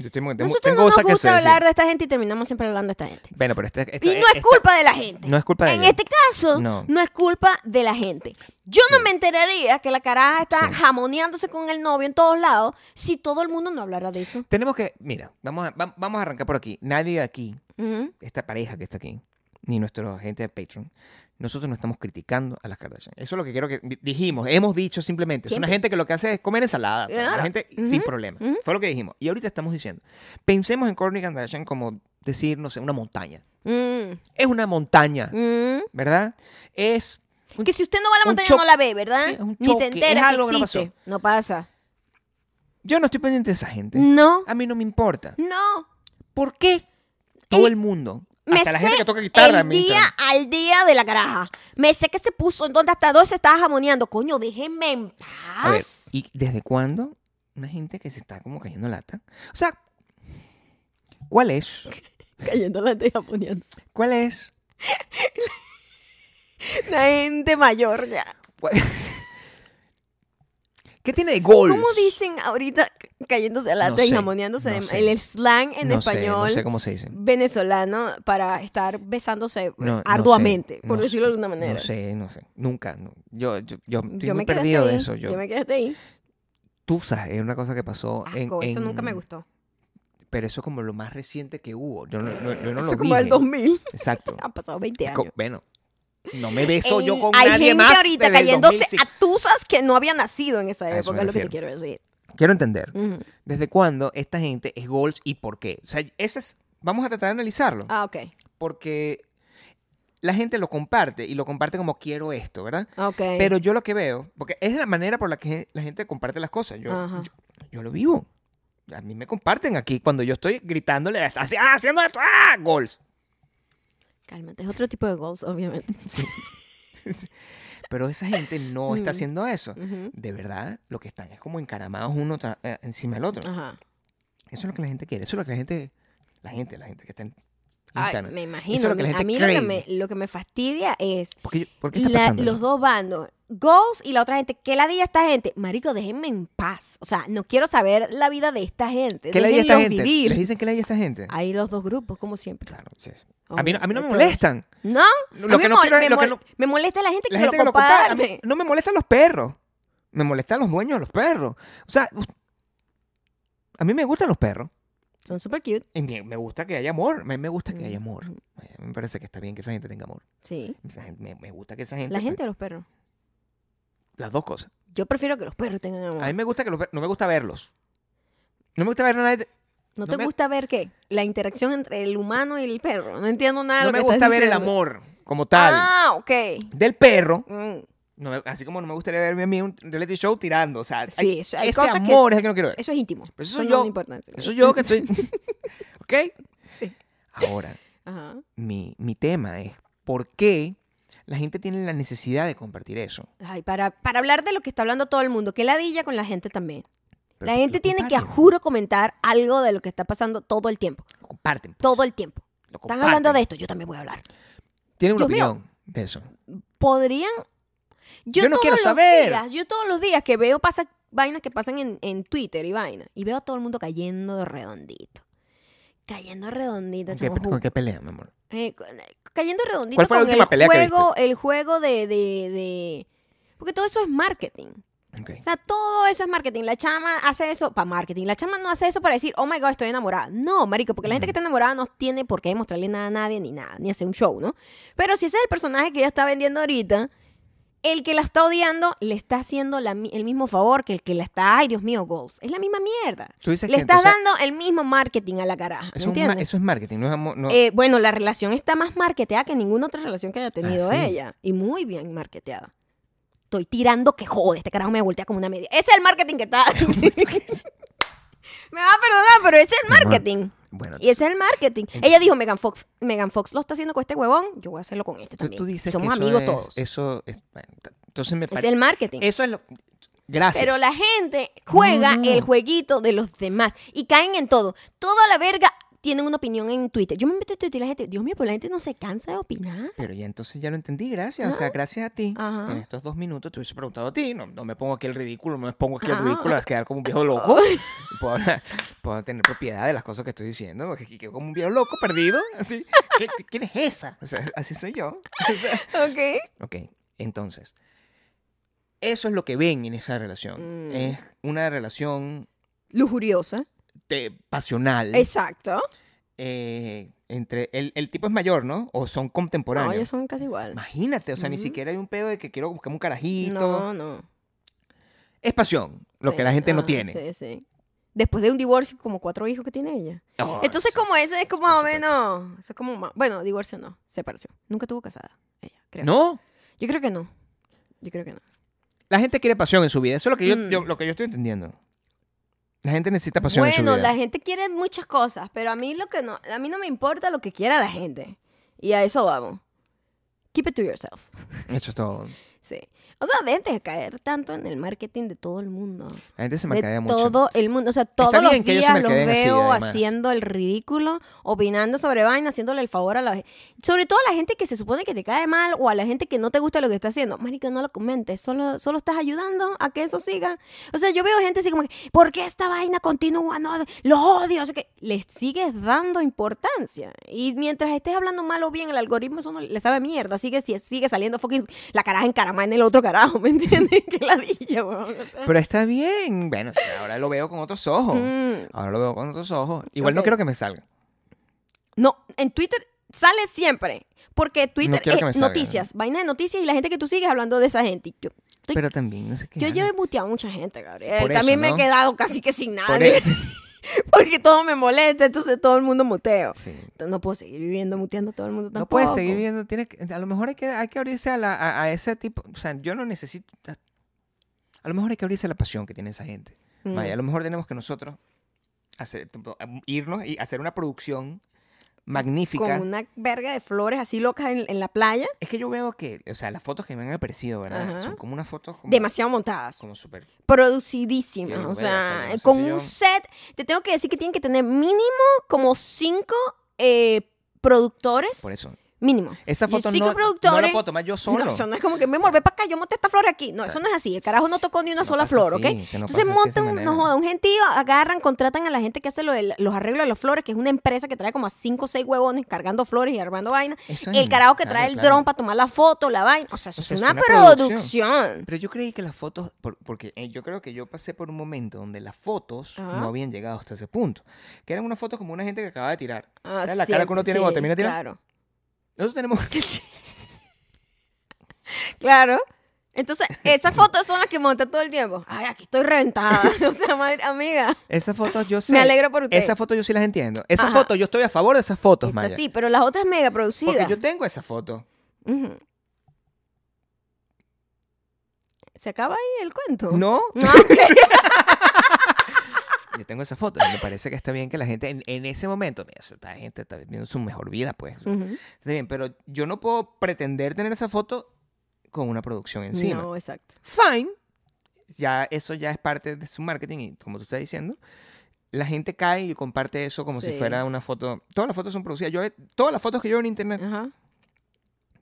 Yo tengo, tengo-
Nosotros
tengo
no nos
cosas que
gusta
decir.
hablar de esta gente y terminamos siempre hablando de esta gente.
Bueno, pero esta, esta-
Y no
esta-
es culpa de la gente.
no es culpa de
En
ella.
este caso, no.
No.
es culpa de la gente. Yo no me enteraría que la caraja está jamoneándose con el novio en todos lados si todo el mundo no hablara de eso.
Tenemos que, mira, vamos a, va- vamos a arrancar por aquí. Nadie de aquí,
Ujú.
esta pareja que está aquí, ni nuestra gente de Patreon, nosotros no estamos criticando a las Kardashian. Eso es lo que quiero que di- dijimos, hemos dicho simplemente. Es una
Siempre.
gente que lo que hace es comer ensalada. o sea,
Claro.
La gente
Ujú,
sin problema. Fue lo que dijimos. Y ahorita estamos diciendo, pensemos en Kourtney Kardashian como decir, no sé, una montaña.
Mm,
Es una montaña,
mm.
¿verdad? Es... un-
Que si usted no va a la
Un
montaña
choque.
no la ve, ¿verdad?
Sí, es un
Ni
choque.
te
Es
entera
algo
que
que no
existe. no pasa.
Yo no estoy pendiente de esa gente.
No,
A mí no me importa.
no.
Ah. ¿Por qué? Todo
El-
el mundo.
Me
hasta la gente
sé
que toca guitarra.
el
me
día
gusta.
al día de la caraja. Me sé que se puso en donde hasta dos se estaba jamoneando. Coño, déjenme en paz.
A ver, ¿y desde cuándo una gente que se está como cayendo lata? O sea, ¿cuál es?
Cayendo la de jamoneándose.
¿Cuál es?
La gente mayor ya.
¿Cuál- ¿Qué tiene de golf?
¿Cómo dicen ahorita cayéndose a lata
No
y
sé,
jamoneándose?
no
en-
sé.
El slang en
no
español
Sé, no sé cómo se dice.
venezolano para estar besándose eh,
No, no sé,
arduamente, por
no
decirlo de
sé,
alguna manera.
No sé, no sé. Nunca. no. Yo, yo, yo estoy
Yo
muy
me quedé
perdido
hasta
de
ahí,
eso. Yo,
me quedé hasta ahí.
Tú sabes, es una cosa que pasó en,
Asco, eso
en-
nunca me gustó.
Pero eso es como lo más reciente que hubo. Yo no, no- yo no
eso
lo
como el
dije.
2000.
Exacto.
Han pasado 20 años.
Co- bueno, no me beso yo
Ey,
con
Eh, hay
nadie
gente
más.
ahorita
desde el
cayéndose
2005.
a tusas que no había nacido en esa
A eso
época,
me
es lo que te quiero
refiero.
decir.
Quiero entender.
Ujú.
¿Desde cuándo esta gente es Golds y por qué? O sea, ese es- vamos a tratar de analizarlo.
Ah, ok.
Porque la gente lo comparte y lo comparte como quiero esto, ¿verdad?
Ok.
Pero yo lo que veo, porque es la manera por la que la gente comparte las cosas. Yo,
Ajá.
yo, yo lo vivo. A mí me comparten aquí cuando yo estoy gritándole, "Ah, haciendo esto, ¡ah! Goals.
Cálmate, es otro tipo de goals, obviamente.
Pero esa gente no está
Mm.
haciendo eso.
Ujú.
De verdad, lo que están es como encaramados uno tra- eh, encima del otro.
Ajá.
Eso es lo que la gente quiere. Eso es lo que la gente, la gente, la gente que está en
Ay,
internet.
me
Eso
imagino.
es lo que la
a
gente
mí lo que,
cree.
me, lo que me fastidia es
¿Por qué, por qué está
la-
pasando
los
eso?
dos bandos. Goals y la otra gente. ¿Qué ladilla esta gente? Marico, déjenme en paz. O sea, no quiero saber la vida de esta gente.
¿Qué le di a esta
Déjenlos
gente?
vivir.
¿Les dicen que le di a esta gente?
Hay los dos grupos, como siempre.
Claro, sí, sí.
Obvio,
a, mí, no- a mí no
de
me
todos.
molestan.
No,
Lo
a mí
que
me
no
mol-
quiero es-
me,
lo que
mol-
no-
me molesta la gente
La
que
gente
lo
que lo comparte. a mí
comparte.
no me molestan los perros. Me molestan los dueños de los perros. O sea, us- a mí me gustan los perros.
Son super cute.
Y me, me gusta que haya amor. A mí me gusta que haya
Mm,
amor. A mí me parece que está bien que esa gente tenga amor.
Sí.
Esa gente- me, me gusta que esa gente.
La
pues,
gente o los perros.
las dos cosas.
Yo prefiero que los perros tengan amor.
A mí me gusta que los perros. No me gusta verlos. No me gusta ver a nadie.
¿No,
no
te
me-
gusta ver qué? La interacción entre el humano y el perro. No entiendo nada de
No
lo
me
que estás
gusta ver el
diciendo.
amor como tal.
Ah, ok.
Del perro.
Mm,
No me- así como no me gustaría verme a mí en un reality show tirando. O sea,
Sí,
hay-
eso- hay
ese
cosas que-
amor es el que no quiero ver.
Eso es íntimo.
Pero eso soy
no
yo.
es importante.
Eso yo que estoy. ¿Ok?
Sí.
Ahora,
Ajá.
mi, mi tema es: ¿por qué la gente tiene la necesidad de compartir eso?
Ay, para, para hablar de lo que está hablando todo el mundo, que ladilla con la gente también.
Pero
la
lo
gente tiene que, a
comparten,
juro, comentar algo de lo que está pasando todo el tiempo.
Lo comparten.
Todo el tiempo.
Lo
Están
comparten.
hablando de esto, yo también voy a hablar.
Tienen una
Dios mío.
opinión de eso.
Podrían.
Yo no
todos
quiero
los
saber.
días- yo todos los días que veo pasa, vainas que pasan en, en Twitter y vaina. Y veo a todo el mundo cayendo redondito. Cayendo redondito,
¿Con qué,
chamo, ju-
pues, con qué pelea, mi amor?
Eh, cu- cayendo redondito
¿Cuál fue la
con
última
el
pelea que
juego, el juego de, de- de- Porque todo eso es marketing.
Ok.
O sea, todo eso es marketing. La chama hace eso para marketing. La chama no hace eso para decir, oh my god, estoy enamorada. No, marico, porque la gente que está enamorada no tiene por qué mostrarle nada a nadie ni nada, ni hacer un show, ¿no? Pero si ese es el personaje que ella está vendiendo ahorita, el que la está odiando le está haciendo la mi- el mismo favor que el que la está, ay Dios mío, goals. Es la misma mierda.
Tú dices
Le
que
estás
entonces-
dando el mismo marketing a la caraja. ¿me
Eso, es, ma-
entiendes?
eso es marketing, no es amor. No,
Eh, bueno, la relación está más marketeada que ninguna otra relación que haya tenido
Ah, sí.
ella. Y muy bien marketeada. Estoy tirando que jode. Este carajo me voltea como una media. Ese es el marketing que está. me va a perdonar, pero ese es el
Mi amor.
marketing.
bueno,
Y ese es el marketing. Ella dijo, Megan Fox, Megan Fox lo está haciendo con este huevón, yo voy a hacerlo con este
tú,
también.
tú dices
Somos
que eso
amigos
es-
todos.
Eso es. bueno, t- Entonces me
Es
parece.
el marketing.
Eso es lo. Gracias.
Pero la gente juega
No, no, no.
el jueguito de los demás y caen en todo. Toda la verga tienen una opinión en Twitter. Yo me meto en Twitter y la gente, Dios mío, pues la gente no se cansa de opinar.
Pero ya entonces ya lo entendí, gracias. O sea, gracias a ti.
Ajá.
En estos dos minutos te hubiese preguntado a ti. No, no me pongo aquí el ridículo, no me pongo aquí el
Ajá.
ridículo, vas a quedar como un viejo loco. puedo, hablar- puedo tener propiedad de las cosas que estoy diciendo, porque aquí quedo como un viejo loco perdido. Así. ¿Qué- qué- ¿Quién es esa? O sea, así soy yo. O sea,
Ok.
ok, entonces. Eso es lo que ven en esa relación.
Mm.
Es una relación
Lujuriosa.
de- pasional.
Exacto.
eh, entre el, el tipo es mayor, ¿no? O son
No,
contemporáneos.
ellos son casi igual.
Imagínate, o sea, ni
Ujú.
siquiera hay un pedo de que quiero buscarme un carajito.
No, no.
Es pasión, lo que
Sí,
la gente no
ajá,
tiene.
Sí, sí. Después de un divorcio, como cuatro hijos que tiene ella.
Oh,
Entonces,
eso es-
como ese es como
por
más o
supuesto.
menos. Eso es como más- bueno, divorcio no, separación. Nunca tuvo casada ella, creo.
No,
Yo creo que no. Yo creo que no.
la gente quiere pasión en su vida. Eso es lo que yo,
Mm.
yo- lo que yo estoy entendiendo. La gente necesita pasión en su
bueno,
vida.
la gente quiere muchas cosas, pero a mí lo que no, a mí no me importa lo que quiera la gente. Y a eso vamos. Keep it to yourself.
Eso es todo.
Sí. O sea, dejen de caer tanto en el marketing de todo el mundo.
La gente se
de
mercadea Este mucho.
todo el mundo. O sea, todos los
bien que ellos se
días los
mercadeen así,
veo
además.
haciendo el ridículo, opinando sobre vaina, haciéndole el favor a la gente. Sobre todo a la gente que se supone que te cae mal o a la gente que no te gusta lo que está haciendo. Marico, no lo comentes, solo, solo estás ayudando a que eso siga. O sea, yo veo gente así como que, ¿por qué esta vaina continúa? No, los odio. O sea, que les sigues dando importancia. Y mientras estés hablando mal o bien, el algoritmo eso no le sabe mierda. Así que si- sigue saliendo fucking la caraja encaramada en el otro carajo, ¿me entiendes? que ladilla, weón. O sea,
Pero está bien. Bueno, o sea, ahora lo veo con otros ojos.
mm.
Ahora lo veo con otros ojos. Igual no
Ok.
quiero que me salga.
No, en Twitter sale siempre. Porque Twitter
quiero que me
es
salga.
noticias, vainas de noticias y la gente que tú sigues hablando de esa gente. Y Yo, estoy-
Pero también, no sé qué.
yo, yo
ganas.
he muteado a mucha gente, Gabriel.
Por eso,
También me
¿no?
he quedado casi que sin nada.
Por eso.
Porque todo me molesta, entonces todo el mundo muteo.
Sí.
Entonces, no puedo seguir viviendo muteando a todo el mundo tampoco.
No puedes seguir viendo, tienes que- a lo mejor hay que, hay que abrirse a, la, a, a ese tipo, o sea, yo no necesito, a, a lo mejor hay que abrirse a la pasión que tiene esa gente.
Mm.
Vaya, a lo mejor tenemos que nosotros hacer, tipo, am- irnos y hacer una producción magnífica.
Con una verga de flores así locas en, en la playa,
Es que yo veo que, o sea, las fotos que me han aparecido, ¿verdad?
Ajá.
Son como unas fotos como,
demasiado montadas.
como súper...
producidísimas.
Quiero
O
ver, o sea,
sea,
no sé
con
si yo-
un set, te tengo que decir que tienen que tener mínimo como cinco eh, productores.
Por eso.
Mínimo.
Esa
Y
foto
cinco
no, no la
productores.
puedo tomar yo
No,
solo.
eso no es como que me volvé para acá, yo monté esta flor aquí. No, eso no es así. El carajo no tocó ni una
no
sola
pasa
flor, ¿ok?
así, se no
Entonces
pasa así de esa
montan, un- no
manera.
joda, un gentío, agarran, contratan a la gente que hace lo de los arreglos de las flores, que es una empresa que trae como a cinco o seis huevones cargando flores y armando vainas.
Eso es
El carajo que trae
necesario,
el
claro.
dron para tomar la foto, la vaina. O sea, eso
O sea,
es
es
una,
una producción.
producción.
Pero yo creí que las fotos, por- porque eh, yo creo que yo pasé por un momento donde las fotos
Ajá.
no habían llegado hasta ese punto. Que eran unas fotos como una gente que acaba de tirar.
Ah,
Era la cara que uno
siempre,
tiene cuando
sí,
termina de tirar.
Claro.
Nosotros tenemos...
Claro. Entonces, esas fotos son las que monta todo el tiempo. Ay, aquí estoy reventada. O sea, madre- amiga,
Esas fotos yo sé...
me alegro por usted.
Esas fotos yo sí las entiendo. Esas
Ajá.
fotos, yo estoy a favor de esas fotos,
Esa
Maya.
sí, pero las otras mega
porque
producidas.
yo tengo esa foto.
Ujú. ¿Se acaba ahí el cuento?
¿No?
No, ok.
Yo tengo esa foto. Me parece que está bien que la gente en, en ese momento... Mira, o sea, la gente está viviendo su mejor vida, pues.
Ujú.
Está bien, pero yo no puedo pretender tener esa foto con una producción encima.
No, exacto.
fine. Ya eso ya es parte de su marketing y como tú estás diciendo, la gente cae y comparte eso como si
Sí.
fuera una foto. Todas las fotos son producidas. Yo, ve- todas las fotos que yo veo en internet,
Ajá.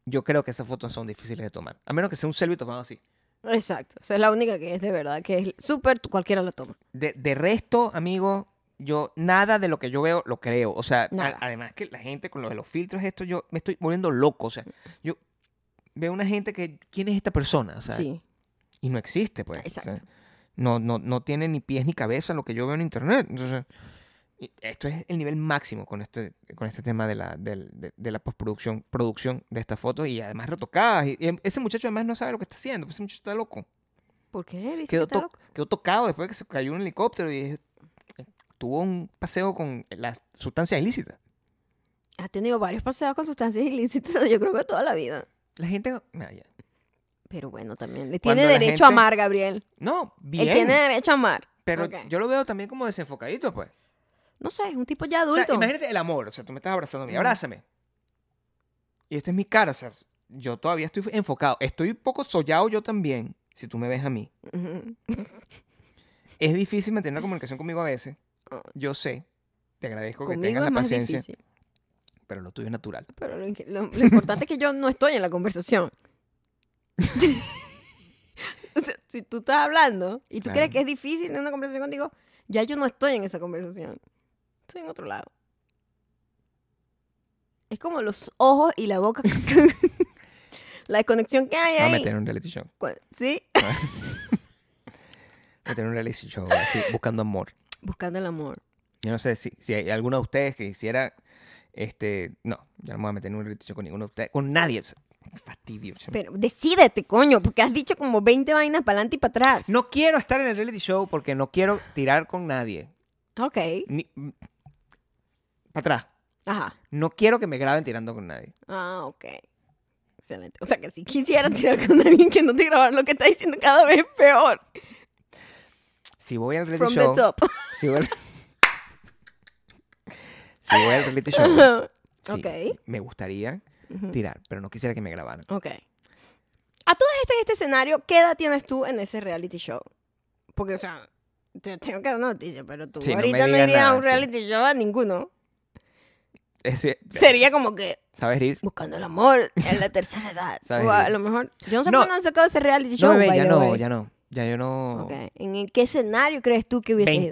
yo creo que esas fotos son difíciles de tomar. A menos que sea un selfie tomado así.
Exacto. Esa es la única que es de verdad, que es súper, cualquiera la toma.
De, de resto, amigo, yo nada de lo que yo veo lo creo. O sea, a-
Nada.
además que la gente con lo de los filtros, esto yo me estoy volviendo loco. O sea, yo veo una gente que, ¿quién es esta persona? O sea,
Sí.
Y no existe, pues. O sea,
Exacto.
no, no, no tiene ni pies ni cabeza lo que yo veo en internet. Entonces, y esto es el nivel máximo con este, con este tema de la, del- de, de la postproducción, producción de estas fotos y además retocadas. Y, y ese muchacho además no sabe lo que está haciendo, pues ese muchacho está loco.
¿Por qué? Dice que
Quedó,
está
to-
loco.
quedó tocado después de que se cayó un helicóptero y eh, tuvo un paseo con la sustancia ilícita.
Ha tenido varios paseos con sustancias ilícitas, yo creo que toda la vida.
La gente... No, Ah, ya.
Pero bueno, también le
Cuando
tiene
la
derecho a
gente-
amar, Gabriel.
No,
Él
bien.
tiene derecho a amar.
Pero
Ok.
yo lo veo también como desenfocadito, pues.
No sé, es un tipo ya
O sea,
adulto.
imagínate el amor. O sea, tú me estás abrazando a mí.
Ujú.
Abrázame. este Y esta es mi cara. O sea, yo todavía estoy enfocado. Estoy un poco sollado yo también. si tú me ves a mí.
Ujú.
Es difícil mantener la comunicación conmigo a veces.
Ah.
Yo sé. Te agradezco que
Conmigo
tengas
es
la
más
paciencia,
difícil.
pero lo tuyo es natural.
Pero lo, lo- lo importante es que yo no estoy en la conversación. O sea, si tú estás hablando y tú
Claro.
crees que es difícil tener una conversación contigo, ya yo no estoy en esa conversación. Estoy en otro lado. Es como los ojos y la boca. la desconexión que hay
Vamos a
ahí.
meter un reality show.
Cu- ¿Sí?
Meter un reality show así, buscando amor.
Buscando el amor.
Yo no sé si, si hay alguno de ustedes que hiciera. Este, no, ya no me voy a meter en un reality show con ninguno de ustedes, con nadie. o sea, Fastidio. se me-
Pero decídete, coño, porque has dicho como 20 vainas para adelante y para atrás.
No quiero estar en el reality show porque no quiero tirar con nadie.
Ok.
Para mm, atrás.
Ajá.
No quiero que me graben tirando con nadie.
Ah, ok. Excelente. O sea, que si quisiera tirar con alguien que no te grabar lo que está diciendo cada vez es peor.
Si voy al
From
reality show.
the top.
Si voy al, si voy al reality show. sí,
Ok.
Me gustaría tirar, pero no quisiera que me grabaran.
ok. A todas estas en este escenario, ¿qué edad tienes tú en ese reality show? Porque, o sea, te tengo que dar una noticia, pero tú
Sí, no me
ahorita no,
digas
irías a
nada,
un
sí.
reality show a ninguno.
Ese-
Sería como que
¿Sabes ir?
buscando el amor en la tercera edad.
¿Sabes?
O a lo mejor. Yo no sé
No.
por qué no han sacado ese reality
No,
show.
bebé,
by
ya
the
no,
way.
ya no. Ya yo no.
Ok. ¿En qué escenario crees tú que hubiese ido?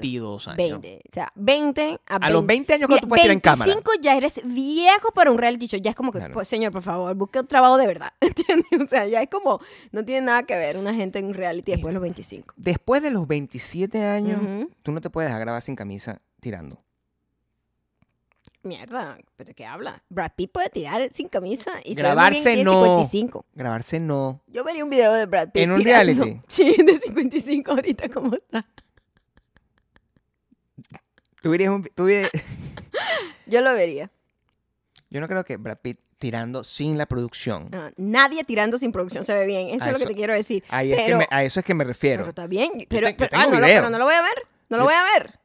22 años.
20. O sea, 20 a,
A los 20 años que tú puedes tirar en cámara.
25 ya eres viejo para un reality show. Ya es como que,
Claro.
pues, señor, por favor, busque un trabajo de verdad. ¿Entiendes? O sea, ya es como, no tiene nada que ver una gente en un reality después de los 25.
Después de los 27 años,
Ujú.
tú no te puedes dejar grabar sin camisa tirando.
Mierda, ¿pero qué habla? Brad Pitt puede tirar sin camisa y se ve muy
Grabarse,
bien, tiene
no.
55.
Grabarse no.
Yo vería un video de Brad Pitt.
En un
tirando.
reality.
Sí, de 55 ahorita, ¿cómo está?
Tú dirías un- tú dirías-
Yo lo vería.
Yo no creo que Brad Pitt tirando sin la producción.
Ah, nadie tirando sin producción se ve bien. Eso, es lo que
Ah, Eso-
te quiero decir.
Ahí es que
pero,
me- a eso es que me
pero
refiero.
está bien. Pero,
te- yo
pero-
tengo
ah, no, lo-
video.
pero no lo voy a ver. No lo
Yo-
voy a ver.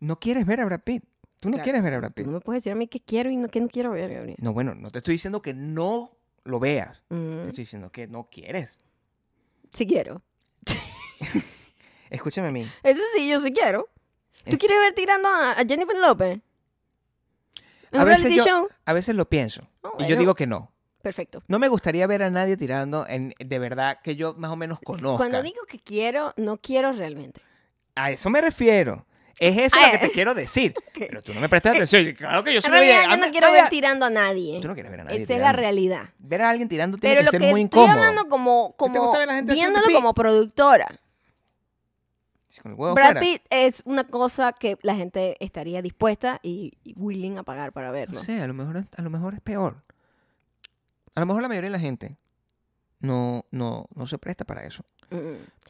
No quieres ver a Brad Pitt. Tú no
Claro.
quieres ver a Brad
Tú
Pitt.
no me puedes decir a mí qué quiero y no, qué no quiero ver, Gabriel.
No, bueno, no te estoy diciendo que no lo veas. Te
Mm,
estoy diciendo que no quieres.
sí quiero.
Escúchame a mí.
Eso sí, yo sí quiero. ¿Tú
Es-
quieres ver tirando a, a Jennifer López? ¿En
A
un
veces
reality
yo-
show?
A veces lo pienso.
Ah,
Y yo
bueno.
digo que no.
Perfecto.
No me gustaría ver a nadie tirando en, de verdad que yo más o menos conozca.
Cuando digo que quiero, no quiero realmente.
A eso me refiero. Es eso
Ah,
lo que
eh.
te quiero decir. Pero tú no me prestas atención. Claro que yo soy
En
una
realidad,
vieja.
yo no quiero
Vaya-
ver tirando a nadie.
Tú no quieres ver a nadie
Esa es
tirando.
la realidad.
Ver a alguien tirando tiene
Pero
que
lo
ser
que
muy
estoy
incómodo.
hablando como,
te
como
gusta ver la gente haciendo
viéndolo
pipí?
como productora.
Sí, Con el huevo
Brad
fuera.
Pitt es una cosa que la gente estaría dispuesta y, y willing a pagar para verlo.
No sé, a lo mejor, a lo mejor es peor. A lo mejor la mayoría de la gente no, no, no se presta para eso.
Mm.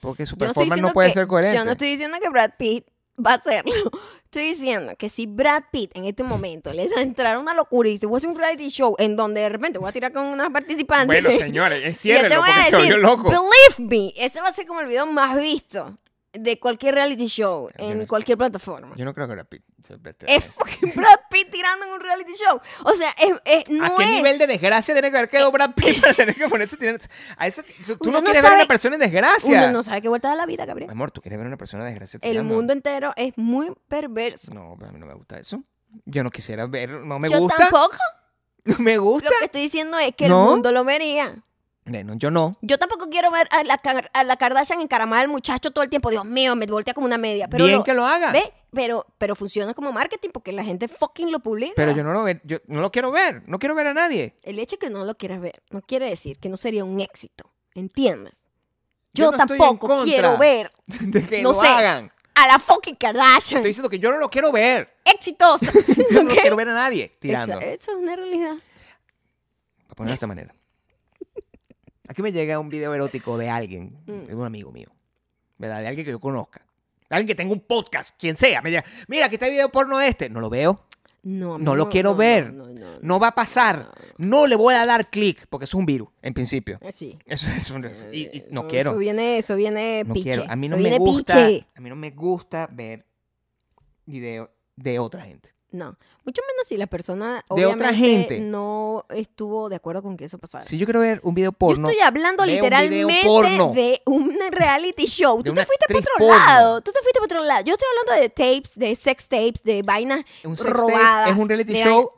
Porque su
Yo estoy
performance no,
diciendo
puede
que-
ser coherente.
Yo no estoy diciendo que Brad Pitt va a hacerlo. Estoy diciendo que si Brad Pitt en este momento le da a entrar una locura y se voy a hacer un reality show en donde de repente voy a tirar con unas participantes.
señores,
y yo te voy a decir, believe me, ese va a ser como el video más visto de cualquier reality show
Yo
en
no-
cualquier plataforma.
Yo no creo que Brad Pitt se preste a
Es
eso.
fucking Brad Pitt tirando en un reality show. O sea, es, es- no
¿A qué
es.
nivel de desgracia tiene que haber quedado Brad Pitt para tener que ponerse a tirar- A eso, eso- tú
Uno
no,
no
quieres ver a
sabe-
una persona en desgracia.
Uno no sabe qué vuelta da la vida, Gabriel.
Amor, tú quieres ver a una persona en desgracia
El
tirando?
mundo entero es muy perverso.
No, pero a mí no me gusta eso. Yo no quisiera ver, no me
Yo
gusta.
tampoco.
No me
Lo
gusta.
que estoy diciendo es que
¿No?
el mundo lo vería.
Bueno, yo no.
Yo tampoco quiero ver a la, Kar- a la Kardashian encaramada al muchacho todo el tiempo. Dios mío, me voltea como una media. Pero
Bien que lo haga.
¿Ve? Pero, pero funciona como marketing porque la gente fucking lo publica.
Pero yo no lo ve- yo no lo quiero ver, no quiero ver a nadie.
El hecho de que no lo quieras ver no quiere decir que no sería un éxito. ¿Entiendes? Yo,
Yo no estoy en
tampoco
contra.
quiero ver
De que
No
lo
sé.
hagan.
a la fucking Kardashian
Estoy diciendo que yo no lo quiero ver.
exitosa.
Yo no
¿ok? eh.
quiero ver a nadie tirando.
Eso, eso es una realidad.
Para ponerlo de esta manera. Aquí me llega un video erótico de alguien,
Mm.
de un amigo mío, ¿verdad? De alguien que yo conozca. De alguien que tenga un podcast, quien sea. Me llega, mira, aquí está el video porno este. No lo veo,
No, a mí
no lo quiero
no,
ver.
no, no, no.
No va a pasar. No le voy a dar clic, porque eso es un virus, en principio.
Eh, Sí.
Eso es un y- y
Eh,
no
Eso-
quiero.
Eso viene, eso viene
No
piche.
quiero. A mí
Eso
no me
viene
gusta.
piche.
A mí no me gusta ver videos de otra gente.
No, mucho menos si la persona
De otra
obviamente,
gente.
no estuvo de acuerdo con que eso pasara.
Si yo quiero ver un video porno,
Yo estoy hablando
Ve un video
literalmente
porno.
de un reality show. Tú
De
te
una
fuiste para
actriz
otro
porno.
lado. Tú te fuiste para otro lado. Yo estoy hablando de tapes, de sex tapes, de vainas
un sex tape
robadas.
es un reality
de
show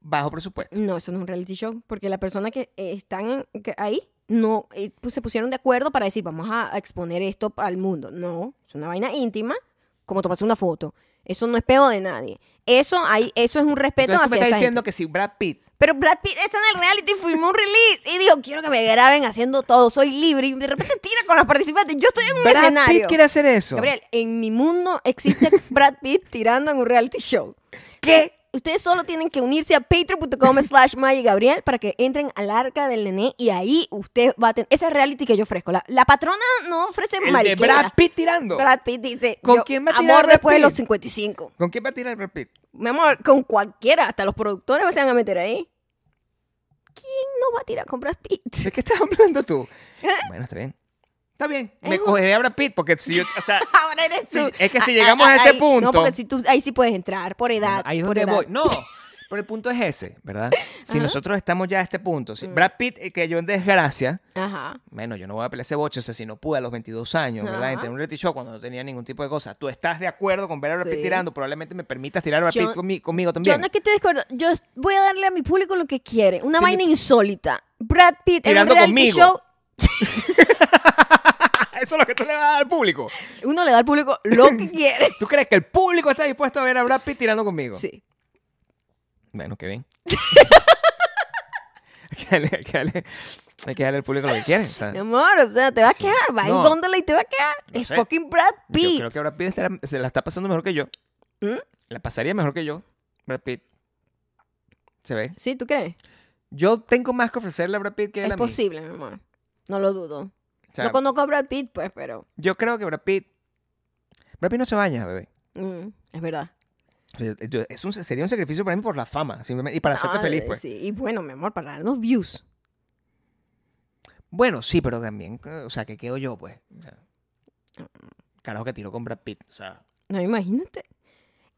bajo presupuesto.
vaina- No, eso no es un reality show. Porque la persona que eh, están en- que ahí no eh, pues, se pusieron de acuerdo para decir, vamos a a exponer esto al mundo. No, es una vaina íntima, como tomarse una foto. Eso no es peo de nadie. Eso, hay, eso es un respeto
Entonces tú
hacia
me estás
esa gente.
diciendo que si Brad Pitt
Pero Brad Pitt está en el reality, filmó un release y dijo, quiero que me graben haciendo todo, soy libre. Y de repente tira con los participantes. Yo estoy en un
Brad
escenario.
Pitt quiere hacer eso.
Gabriel, en mi mundo existe Brad Pitt tirando en un reality show. Que ustedes solo tienen que unirse a patreon.com slash Maya y Gabriel para que entren al arca del nené y ahí usted va a tener... Esa es reality que yo ofrezco. La, la patrona no ofrece
El de
mariquera.
Brad Pitt tirando.
Brad Pitt dice,
¿Con
yo,
quién va a tirar
amor
Brad
después de
Pitt?
los 55.
¿Con quién va a tirar Brad Pitt?
Mi amor, con cualquiera, hasta los productores se van a meter ahí. ¿Quién no va a tirar con Brad Pitt?
¿De qué estás hablando tú? Bueno, está bien. Está bien. Me
Es un-
cogeré a Brad Pitt porque si yo, o sea,
Ahora eres
Sí,
tú. Ah,
es que si llegamos a ese
ahí-
punto-
No, porque si tú, ahí sí puedes entrar por edad.
Bueno, ahí es
por
donde
edad.
voy. No, pero el punto es ese, ¿verdad? Si nosotros estamos ya a este punto,
Mm.
si Brad Pitt eh, cayó en desgracia,
Ajá.
bueno, yo no voy a pelear ese boche, o sea, si no pude a los 22 años, ¿verdad?
Ajá.
Entre un reality show cuando no tenía ningún tipo de cosa. Tú estás de acuerdo con ver a Brad Pitt
Sí.
tirando, probablemente me permitas tirar a Brad
Yo-
Pitt conmi- conmigo también.
Yo no es que estoy de acuerdo. Yo voy a darle a mi público lo que quiere. Una
Sí,
vaina insólita. Brad Pitt en un
Tirando
reality
conmigo.
show.
Eso es lo que tú le vas a dar al público.
Uno le da al público lo que quiere.
¿Tú crees que el público está dispuesto a ver a Brad Pitt tirando conmigo?
Sí.
Bueno, qué bien. hay, que darle, hay que darle- hay que darle al público lo que quiere. o sea,
Mi amor, o sea, te va a
Sí.
quedar. Va
No.
en góndola y te va a quedar.
No
es
sé.
fucking Brad
Yo
Pitt.
creo que Brad Pitt estará- se la está pasando mejor que yo.
¿Mm?
La pasaría mejor que yo, Brad Pitt. ¿Se ve?
Sí, ¿tú crees?
Yo tengo más que ofrecerle a Brad Pitt que él a
Es
mí.
posible, mi amor. No lo dudo.
O sea,
no conozco a Brad Pitt, pues, pero
Yo creo que Brad Pitt... Brad Pitt no se baña, bebé.
mm, es verdad.
Yo- yo- Es un, sería un sacrificio para mí por la fama, simplemente, y para hacerte
Ah,
feliz, pues.
sí. Y bueno, mi amor, para darnos views.
Bueno, sí, pero también, eh, o sea, que quedo yo, pues. O sea, carajo que tiro con Brad Pitt, o sea...
No, imagínate.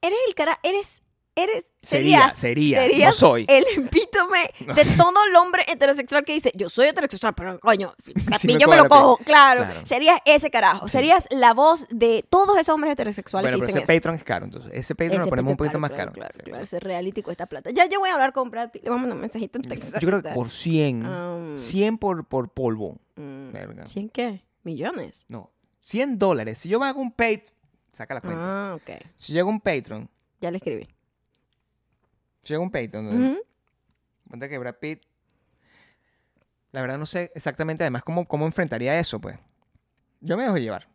Eres el cara, eres, eres,
Sería,
serías,
sería, no
serías
soy.
el epítome
No
de
sé.
todo el hombre heterosexual que dice, yo soy heterosexual, pero coño, a
Sí
mí
me
yo me lo
cobra,
cojo, claro.
claro.
Serías ese carajo, serías la voz de todos esos hombres heterosexuales
Bueno,
que
pero
dicen
ese
eso.
Patreon es caro, entonces. Ese Patreon
Ese
lo ponemos un
pito,
poquito más
claro,
caro.
Claro,
Sí,
claro, ese reality cuesta plata. Ya yo voy a hablar con Brad Pitt, le vamos a mandar un mensajito en texto.
Yo creo que por 100.
Um,
100 por, por polvo.
mm,
Verga.
¿Cien qué? ¿Millones?
No. 100 dólares. Si yo me hago un Patreon. Saca la cuenta.
Ah, ok.
Si yo hago un Patreon.
Ya le escribí.
Si yo hago un Patreon. donde-
Ujú.
ponte que Brad Pitt. La verdad no sé exactamente además cómo, cómo enfrentaría eso, pues. Yo me dejo llevar.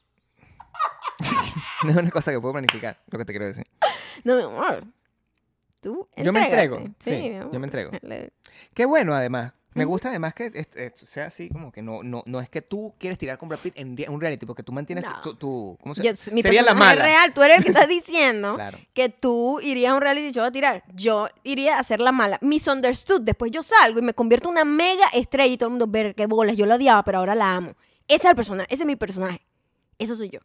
no es una cosa que puedo planificar, lo que te quiero decir.
No, mi amor. Tú
Yo me
entrégate.
entrego, sí,
mi
yo
amor.
me entrego.
Le-
Qué bueno, además. Me gusta además que es- es- sea así, como que no, no, no es que tú quieres tirar con Brad Pitt en re- un reality, porque tú mantienes
No.
tu, tu- tu- ¿Cómo se
Yo- mi
Sería la
personaje
mala.
real. Tú eres el que estás diciendo
Claro.
que tú irías a un reality show a tirar. Yo iría a hacer la mala. Misunderstood. Después yo salgo y me convierto en una mega estrella y todo el mundo, ver qué bolas. Yo la odiaba, pero ahora la amo. Ese es el personaje. Ese es mi personaje. Eso soy yo.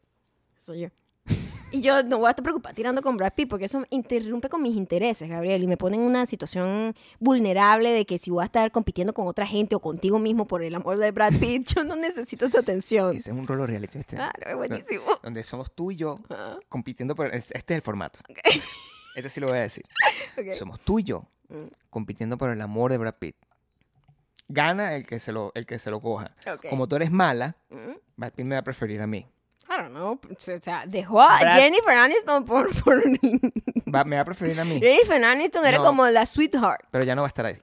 Soy yo. Y yo no voy a estar preocupada tirando con Brad Pitt porque eso me interrumpe con mis intereses, Gabriel, y me pone en una situación vulnerable de que si voy a estar compitiendo con otra gente o contigo mismo por el amor de Brad Pitt, yo no necesito esa atención.
Ese es un rolo reality, ¿viste?
Claro, es buenísimo.
Donde somos tú y yo
Ah,
compitiendo por... es- Este es el formato. Este sí lo voy a decir.
ok.
Somos tú y yo
Mm.
compitiendo por el amor de Brad Pitt. Gana el que se lo, el que se lo coja.
Ok.
Como tú eres mala,
Mm,
Brad Pitt me va a preferir a mí.
I don't know. pues, O sea, dejó a
Brad-
Jennifer Aniston por... por-
Va- me va a preferir a mí.
Jennifer Aniston era
No.
como la sweetheart
Pero ya no va a estar ahí.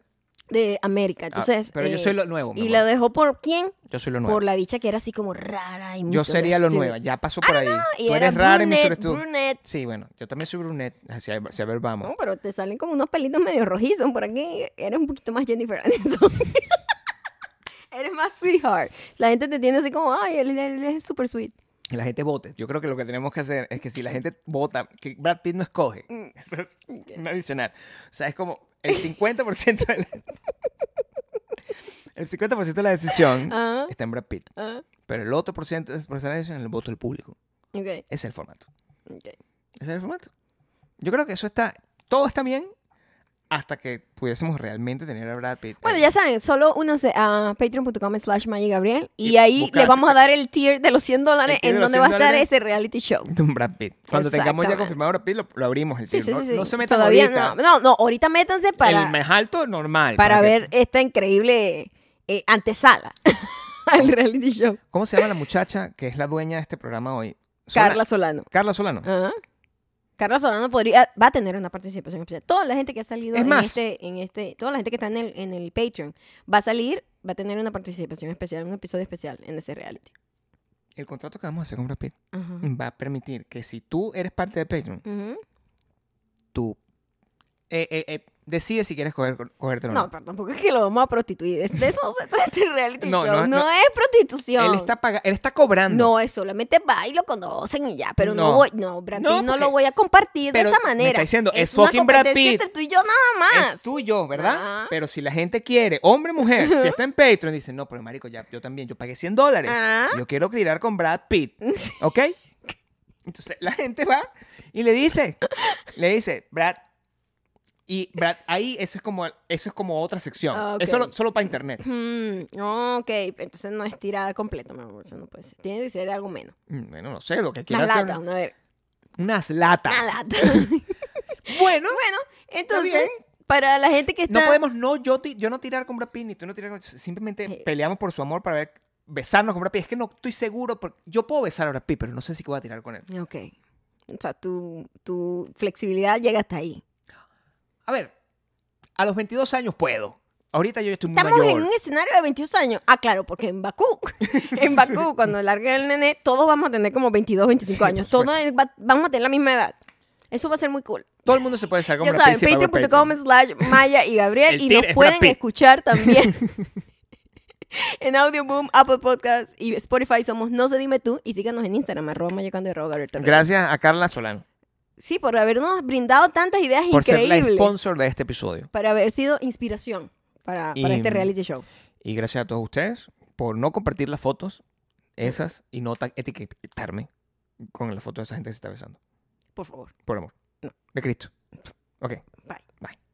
de América.
Ah,
Entonces...
pero yo
eh,
soy lo nuevo. mi
¿Y
amor.
la dejó por quién?
Yo soy lo nuevo.
Por la bicha que era así como rara y
Yo sería lo
misunderstood.
nueva, ya pasó por ahí.
Y
Tú
era
eres rara y me
brunette,
subes tú.
brunette.
Sí, bueno, yo también soy brunette. Así, a si a ver, vamos.
No, pero te salen como unos pelitos medio rojizos por aquí. Eres un poquito más Jennifer Aniston. Eres más sweetheart. La gente te tiene así como, ay, él, él es super sweet.
Que la gente vote. Yo creo que lo que tenemos que hacer es que si la gente vota, que Brad Pitt no escoge.
Mm.
Eso es un adicional. O sea, es como el 50% de la... El 50% de la decisión
Ah,
está en Brad Pitt.
ah,
Pero el otro por ciento de la decisión es el voto del público.
ok,
Ese es el formato.
ok.
Ese es el formato. Yo creo que eso está, todo está bien hasta que pudiésemos realmente tener a Brad Pitt.
Bueno,
ahí.
ya saben, solo únanse a patreon.com slash Maggie Gabriel y,
Y
ahí
buscar-
les vamos a dar el tier de los 100 dólares
El tier de
en
los
donde va a
100
estar
dólares.
ese reality show.
de Eh, un Brad Pitt. Cuando tengamos ya
Exactamente.
confirmado a Brad Pitt, lo, lo abrimos. el
Sí,
tiro.
sí,
no,
sí, sí.
no se metan
Todavía
ahorita.
No, no, no, ahorita métanse para,
El más alto, normal.
para
que-
ver esta increíble eh, antesala al reality show.
¿Cómo se llama la muchacha que es la dueña de este programa hoy? Suena-
Carla Solano.
Carla Solano.
Ajá. Carla Solano podría, va a tener una participación especial. Toda la gente que ha salido
Es
en
más.
este, en este, toda la gente que está en el, en el Patreon va a salir, va a tener una participación especial, un episodio especial en ese reality.
El contrato que vamos a hacer con Brad Pitt
Ajá.
va a permitir que si tú eres parte de Patreon,
Ujú.
tú eh, eh, eh, decides si quieres coger, cogértelo o
No, pero tampoco es que lo vamos a prostituir. Es- De eso no se trata el reality
No,
show.
no,
No,
no.
es prostitución.
Él está, paga- él está cobrando.
No, es solamente va y lo conocen y ya, pero no,
No.
voy, no, Brad Pitt
No,
no,
porque-
lo voy a compartir
pero
de esa
me
manera.
está diciendo, es
una
fucking Brad
competencia
Pitt.
entre tú y yo nada más. Ah.
Es tuyo, ¿verdad?
Ajá.
Pero si la gente quiere, hombre, mujer, si está en Patreon, dicen, no, pero marico, ya, yo también, yo pagué 100 dólares.
Ah.
Yo quiero tirar con Brad Pitt,
Sí.
¿ok? Entonces la gente va y le dice, le dice, Brad, y Brad, ahí eso es como, eso es como otra sección.
Ah, ok.
Es solo, solo para internet.
Hmm, ok, entonces no es tirada completa, mi amor, eso no puede ser. Tiene que ser algo menos.
Mm, Bueno, no sé, lo que
Una
quieras hacer.
lata, una ver.
Unas latas.
Una lata. bueno, bueno, entonces,
bien.
para la gente que está.
No podemos, no, yo, ti- yo no tirar con Brad Pitt, ni tú no tirar con... Simplemente
Sí.
peleamos por su amor para ver, besarnos con Brad Pitt. Es que no estoy seguro, porque yo puedo besar a Brad Pitt, pero no sé si voy a tirar con él.
Ok. O sea, tu, tu flexibilidad llega hasta ahí.
A ver, a los 22 años puedo. Ahorita yo ya estoy muy
Estamos en
mayor.
un escenario de 22 años. Ah, claro, porque en Bakú, en Bakú, cuando largue el nene, todos vamos a tener como 22, 25
Sí,
años. Todos
por
va- vamos a tener la misma edad. Eso va a ser muy cool.
Todo el mundo se puede besar con
Ya
Brad
saben,
Pitt. si paga
patreon.com
Patreon.
slash Maya y Gabriel.
El
Y
tir
nos
es Brad
pueden
Pitt.
escuchar también en Audio Boom, Apple Podcast y Spotify. Somos No Se Dime Tú. Y síganos en Instagram, arroba mayocando y arroba Gabriel Torres.
Gracias a Carla Solano
Sí, por habernos brindado tantas ideas
por
increíbles.
ser la sponsor de este episodio.
para haber sido inspiración para, para
Y-
este reality show.
Y gracias a todos ustedes por no compartir las fotos esas y no ta- etiquetarme con las fotos de esa gente que se está besando.
Por favor.
Por amor. De Cristo. Ok.
Bye.
Bye.